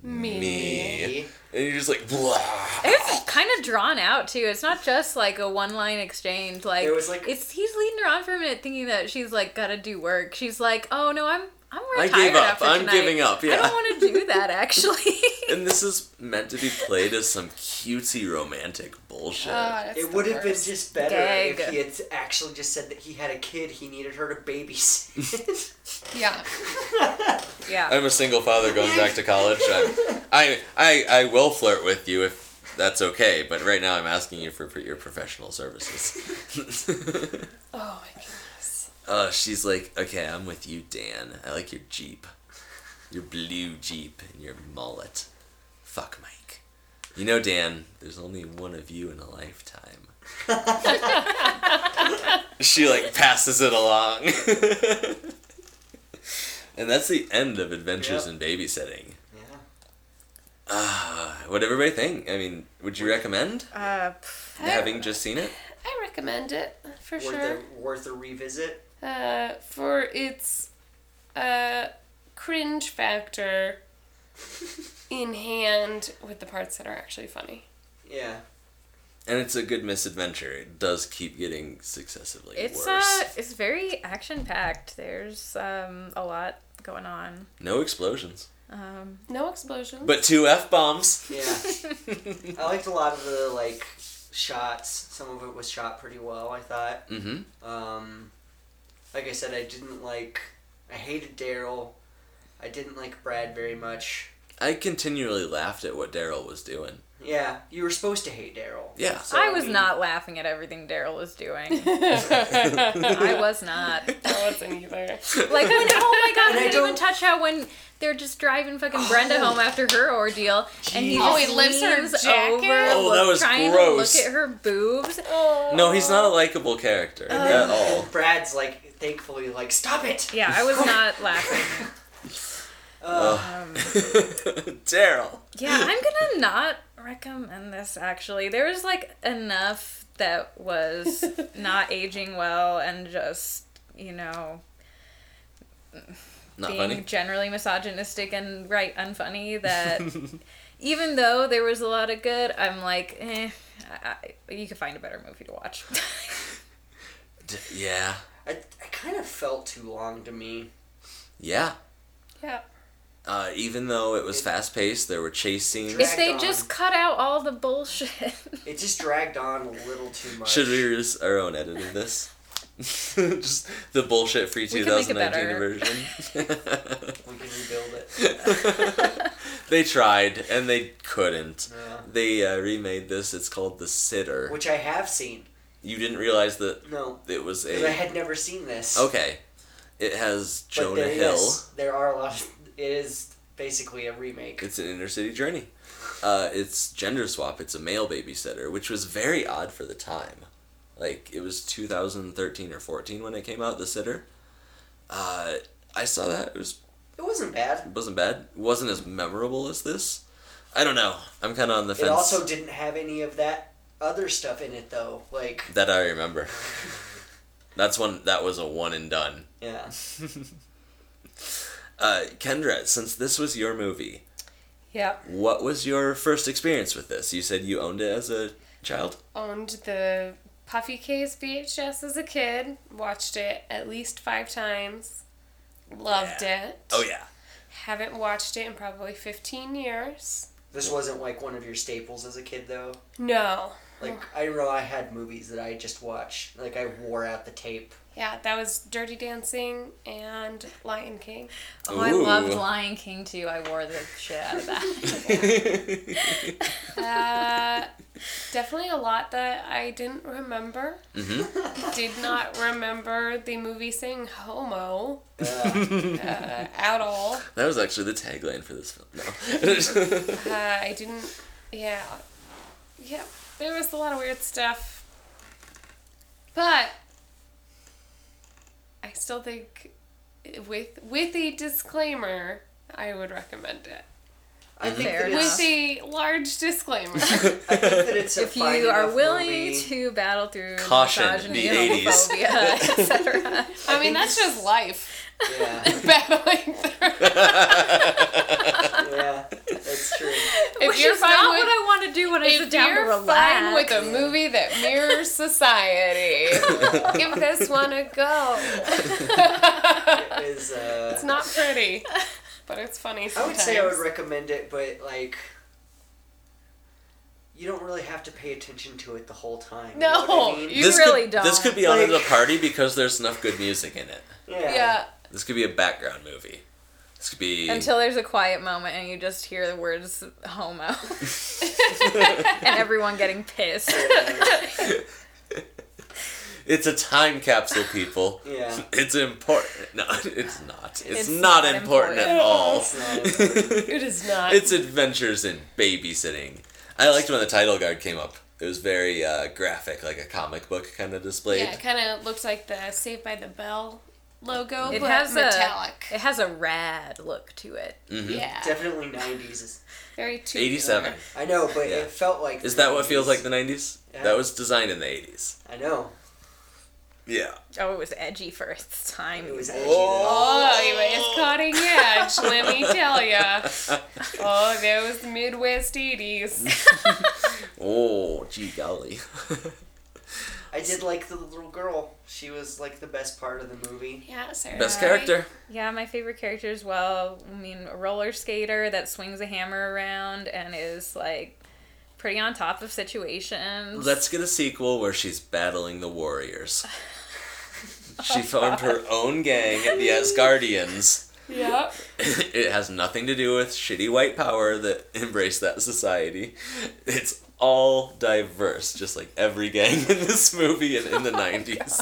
Me. Me. And you're just like, blah. It's kind of drawn out too. It's not just like a one line exchange. Like There was, like- it's he's leading her on for a minute, thinking that she's like gotta do work. She's like, oh no, I'm I'm I retired gave up. after I'm tonight. giving up. I Yeah. don't want to do that actually. and this is meant to be played as some cutesy romantic bullshit. Uh, Ah, It would have been just better if Gag. he had actually just said that he had a kid he needed her to babysit. Yeah. yeah. I'm a single father going back to college. I'm, I, I, I will flirt with you if that's okay, but right now I'm asking you for, for your professional services. Oh my god. uh, she's like, okay, I'm with you, Dan. I like your Jeep. Your blue Jeep and your mullet. Fuck Mike. You know, Dan, there's only one of you in a lifetime. she like passes it along. and that's the end of Adventures Yep. in Babysitting. yeah. Ah, what everybody think? I mean, would you recommend Uh, pff, having just seen it? I recommend it for Worth, sure. a, worth a revisit. Uh, for its uh, cringe factor in hand with the parts that are actually funny. Yeah. And it's a good misadventure. It does keep getting successively it's worse. uh, it's very action packed. There's um a lot going on. No explosions, Um, No explosions. but two f bombs. Yeah. I liked a lot of the like shots. Some of it was shot pretty well, I thought. Mm-hmm. Um, like I said, I didn't like. I hated Daryl. I didn't like Brad very much. I continually laughed at what Daryl was doing. Yeah, you were supposed to hate Daryl. Yeah. So, I was mean, not laughing at everything Daryl was doing. I I was not. wasn't either. Like when oh my god, we And I didn't even don't- Oh, touch how when they're just driving fucking Brenda home after her ordeal, and he Jeez. just Oh, he lifts her leans jacket? over, Oh, that look- was trying gross. to look at her boobs. Oh, No, he's not a likable character Uh, at all. Brad's like thankfully like stop it. Yeah, I was not laughing. um, Uh, Daryl. Yeah, I'm gonna not recommend this. Actually, there was like enough that was not aging well, and just you know Not being funny. generally misogynistic and right unfunny that even though there was a lot of good i'm like eh, I, I- you could find a better movie to watch D- yeah. I, I kind of felt too long to me. Yeah. Yeah. Uh, even though it was fast paced, there were chase scenes. if they Dragged on. just cut out all the bullshit It just dragged on a little too much. Should we use our own edit of this? Just the bullshit free We can make it 2019 better. version. We can rebuild it. they tried and they couldn't. Yeah. They uh, remade this. It's called The Sitter. Which I have seen. you didn't realize that No. it was 'Cause I a. had never seen this. Okay. It has But Jonah there Hill. is- there are a lot of. It is basically a remake. It's an inner city journey. Uh, it's gender swap. It's a male babysitter, which was very odd for the time. Like it was 2013 or 14 when it came out. The sitter. Uh, I saw that. It was It wasn't bad. it wasn't bad. It wasn't as memorable as this. I don't know. I'm kind of on the It fence. also didn't have any of that other stuff in it though. Like that I remember. That's one. That was a one and done. yeah. Uh, Kendra, since this was your movie, Yep. what was your first experience with this? You said you owned it as a child. Owned the Puffy K's VHS as a kid. Watched it at least five times. Loved it. Oh yeah. Haven't watched it in probably 15 years. This wasn't like one of your staples as a kid though. No. Like I know I had movies that I just watched. Like I wore out the tape. Yeah, that was Dirty Dancing and Lion King. Oh, I Ooh. loved Lion King too. I wore the shit out of that. Uh, definitely a lot that I didn't remember. Did not remember the movie saying homo Uh, uh, at all. That was actually the tagline for this film. No. Uh, I didn't. Yeah, yeah. There was a lot of weird stuff, but I still think, with with a disclaimer, I would recommend it. I think Fair that enough. it's, With a large disclaimer. I think that it's a if you fine are enough willing movie. to battle through Caution, misogyny, the and 80s. homophobia, etc. I mean, that's just life. Yeah, Battling through. yeah, that's true. If Which you're is fine not with- what I want to do when I sit If down to you're fine with relax. a movie that mirrors society, give this one a go. It is, uh, it's not pretty, but it's funny I sometimes. would say I would recommend it, but like, you don't really have to pay attention to it the whole time. you know No, what I mean? you- really could, This don't. could be on at a Like- party because there's enough good music in it. yeah. yeah. This could be a background movie. This could be. Until there's a quiet moment and you just hear the words homo and everyone getting pissed. it's a time capsule, people. Yeah. It's important. No, it's not. It's, It's not, not important, at important. all. It's not- it's It is not. adventures in babysitting. I liked when the title card came up. It was very uh, graphic, like a comic book kind of displayed. yeah, it kind of looks like the Saved by the Bell logo, It but has a- metallic. It has a rad look to it. Mm-hmm. yeah, Definitely nineties. very tubular. 87. I know, but Yeah. it felt like. Is the that what feels 90s. like the 90s? Yeah. That was designed in the 80s. I know. Yeah. Oh, it was edgy for its time. It was. edgy, though. Oh, it was cutting edge, let me tell ya. Oh, those Midwest 80s. Mm-hmm. Oh, gee golly. I did like the little girl. She was like the best part of the movie. Yeah, Sarah. Best character. e- Yeah, my favorite character as well. I mean, a roller skater that swings a hammer around and is like pretty on top of situations. Let's get a sequel where she's battling the warriors. She formed her own gang, the Asgardians. Yep. it has nothing to do with shitty white power that embraced that society. It's all diverse, just like every gang in this movie and in the 90s.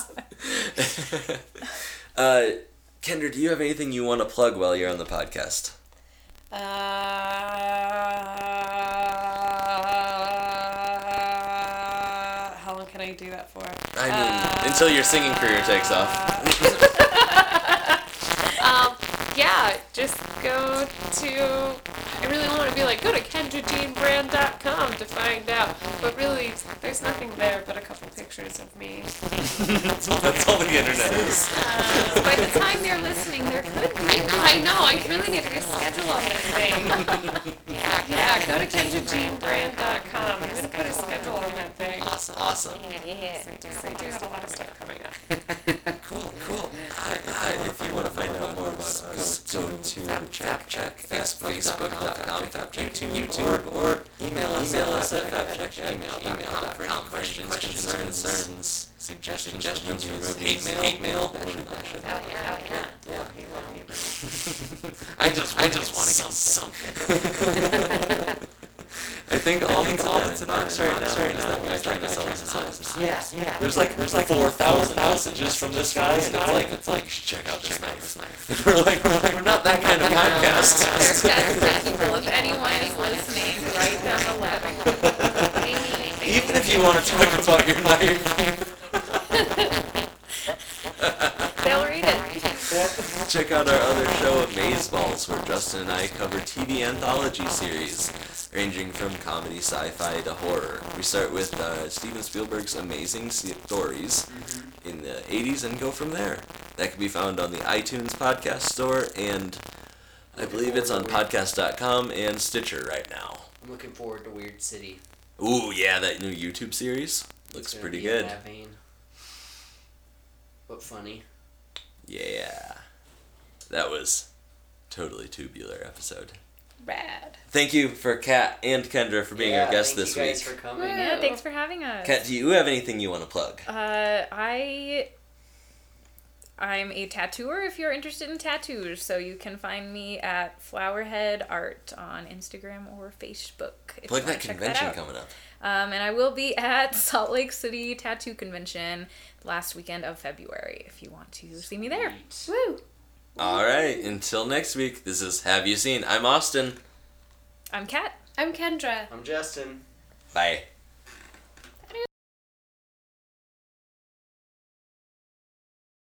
uh, Kendra, do you have anything you want to plug while you're on the podcast? Uh, how long can I do that for? I mean, until your singing career takes off. Um, yeah, just go to. I really want to be like, go to KendraJeanBrand.com to find out. But really, there's nothing there but a couple pictures of me. That's all, that's all the internet is. By the time they're listening, they're good. I know, I really need to get a schedule on this thing. yeah, yeah, go to KendraJeanBrand.com. I'm going to put a schedule on that thing. Awesome. Awesome. I do have a lot of stuff coming up. Cool, cool. Uh, if you want to find out more about us, go to FabCheck, that's facebook.com, FabCheck to YouTube, or email us, email us at FabCheck, email, email, for any questions, concerns, suggestions for movies, hate mail, hate mail, mention that shit. Oh, yeah, oh, yeah. I just, I just want to get something. I think all the comments in ours right now is that we find ourselves in silence. Yeah, yeah. There's like, there's like four thousand messages from this guy, and it's like, it's like, check out this knife. We're like, we're like, we're not that kind of There's podcast. that people. If anyone is listening, write down the level. They need- they Even need- if you want to talk about your knife, They'll read it. check out our other show, Amazeballs, where Justin and I cover TV anthology series ranging from comedy, sci-fi to horror. We start with uh, Steven Spielberg's Amazing Se- Stories in the 80s and go from there. That can be found on the iTunes podcast store and I believe it's on podcast.com and Stitcher right now. I'm looking forward to Weird City. Ooh, yeah, that new YouTube series It's looks gonna pretty be in good. that vein. But funny. Yeah. That was totally tubular episode. Rad. Thank you for Kat and Kendra for being yeah, our guest thank this you guys week. for coming. Yeah, thanks for having us. Kat, do you have anything you want to plug? Uh, I I'm a tattooer if you're interested in tattoos, so you can find me at Flowerhead Art on Instagram or Facebook. If Plug you wanna that check convention out. coming up. Um, and I will be at Salt Lake City Tattoo Convention last weekend of February if you want to see me there. Woo. All right, until next week, this is Have You Seen? I'm Austin. I'm Kat. I'm Kendra. I'm Justin. Bye.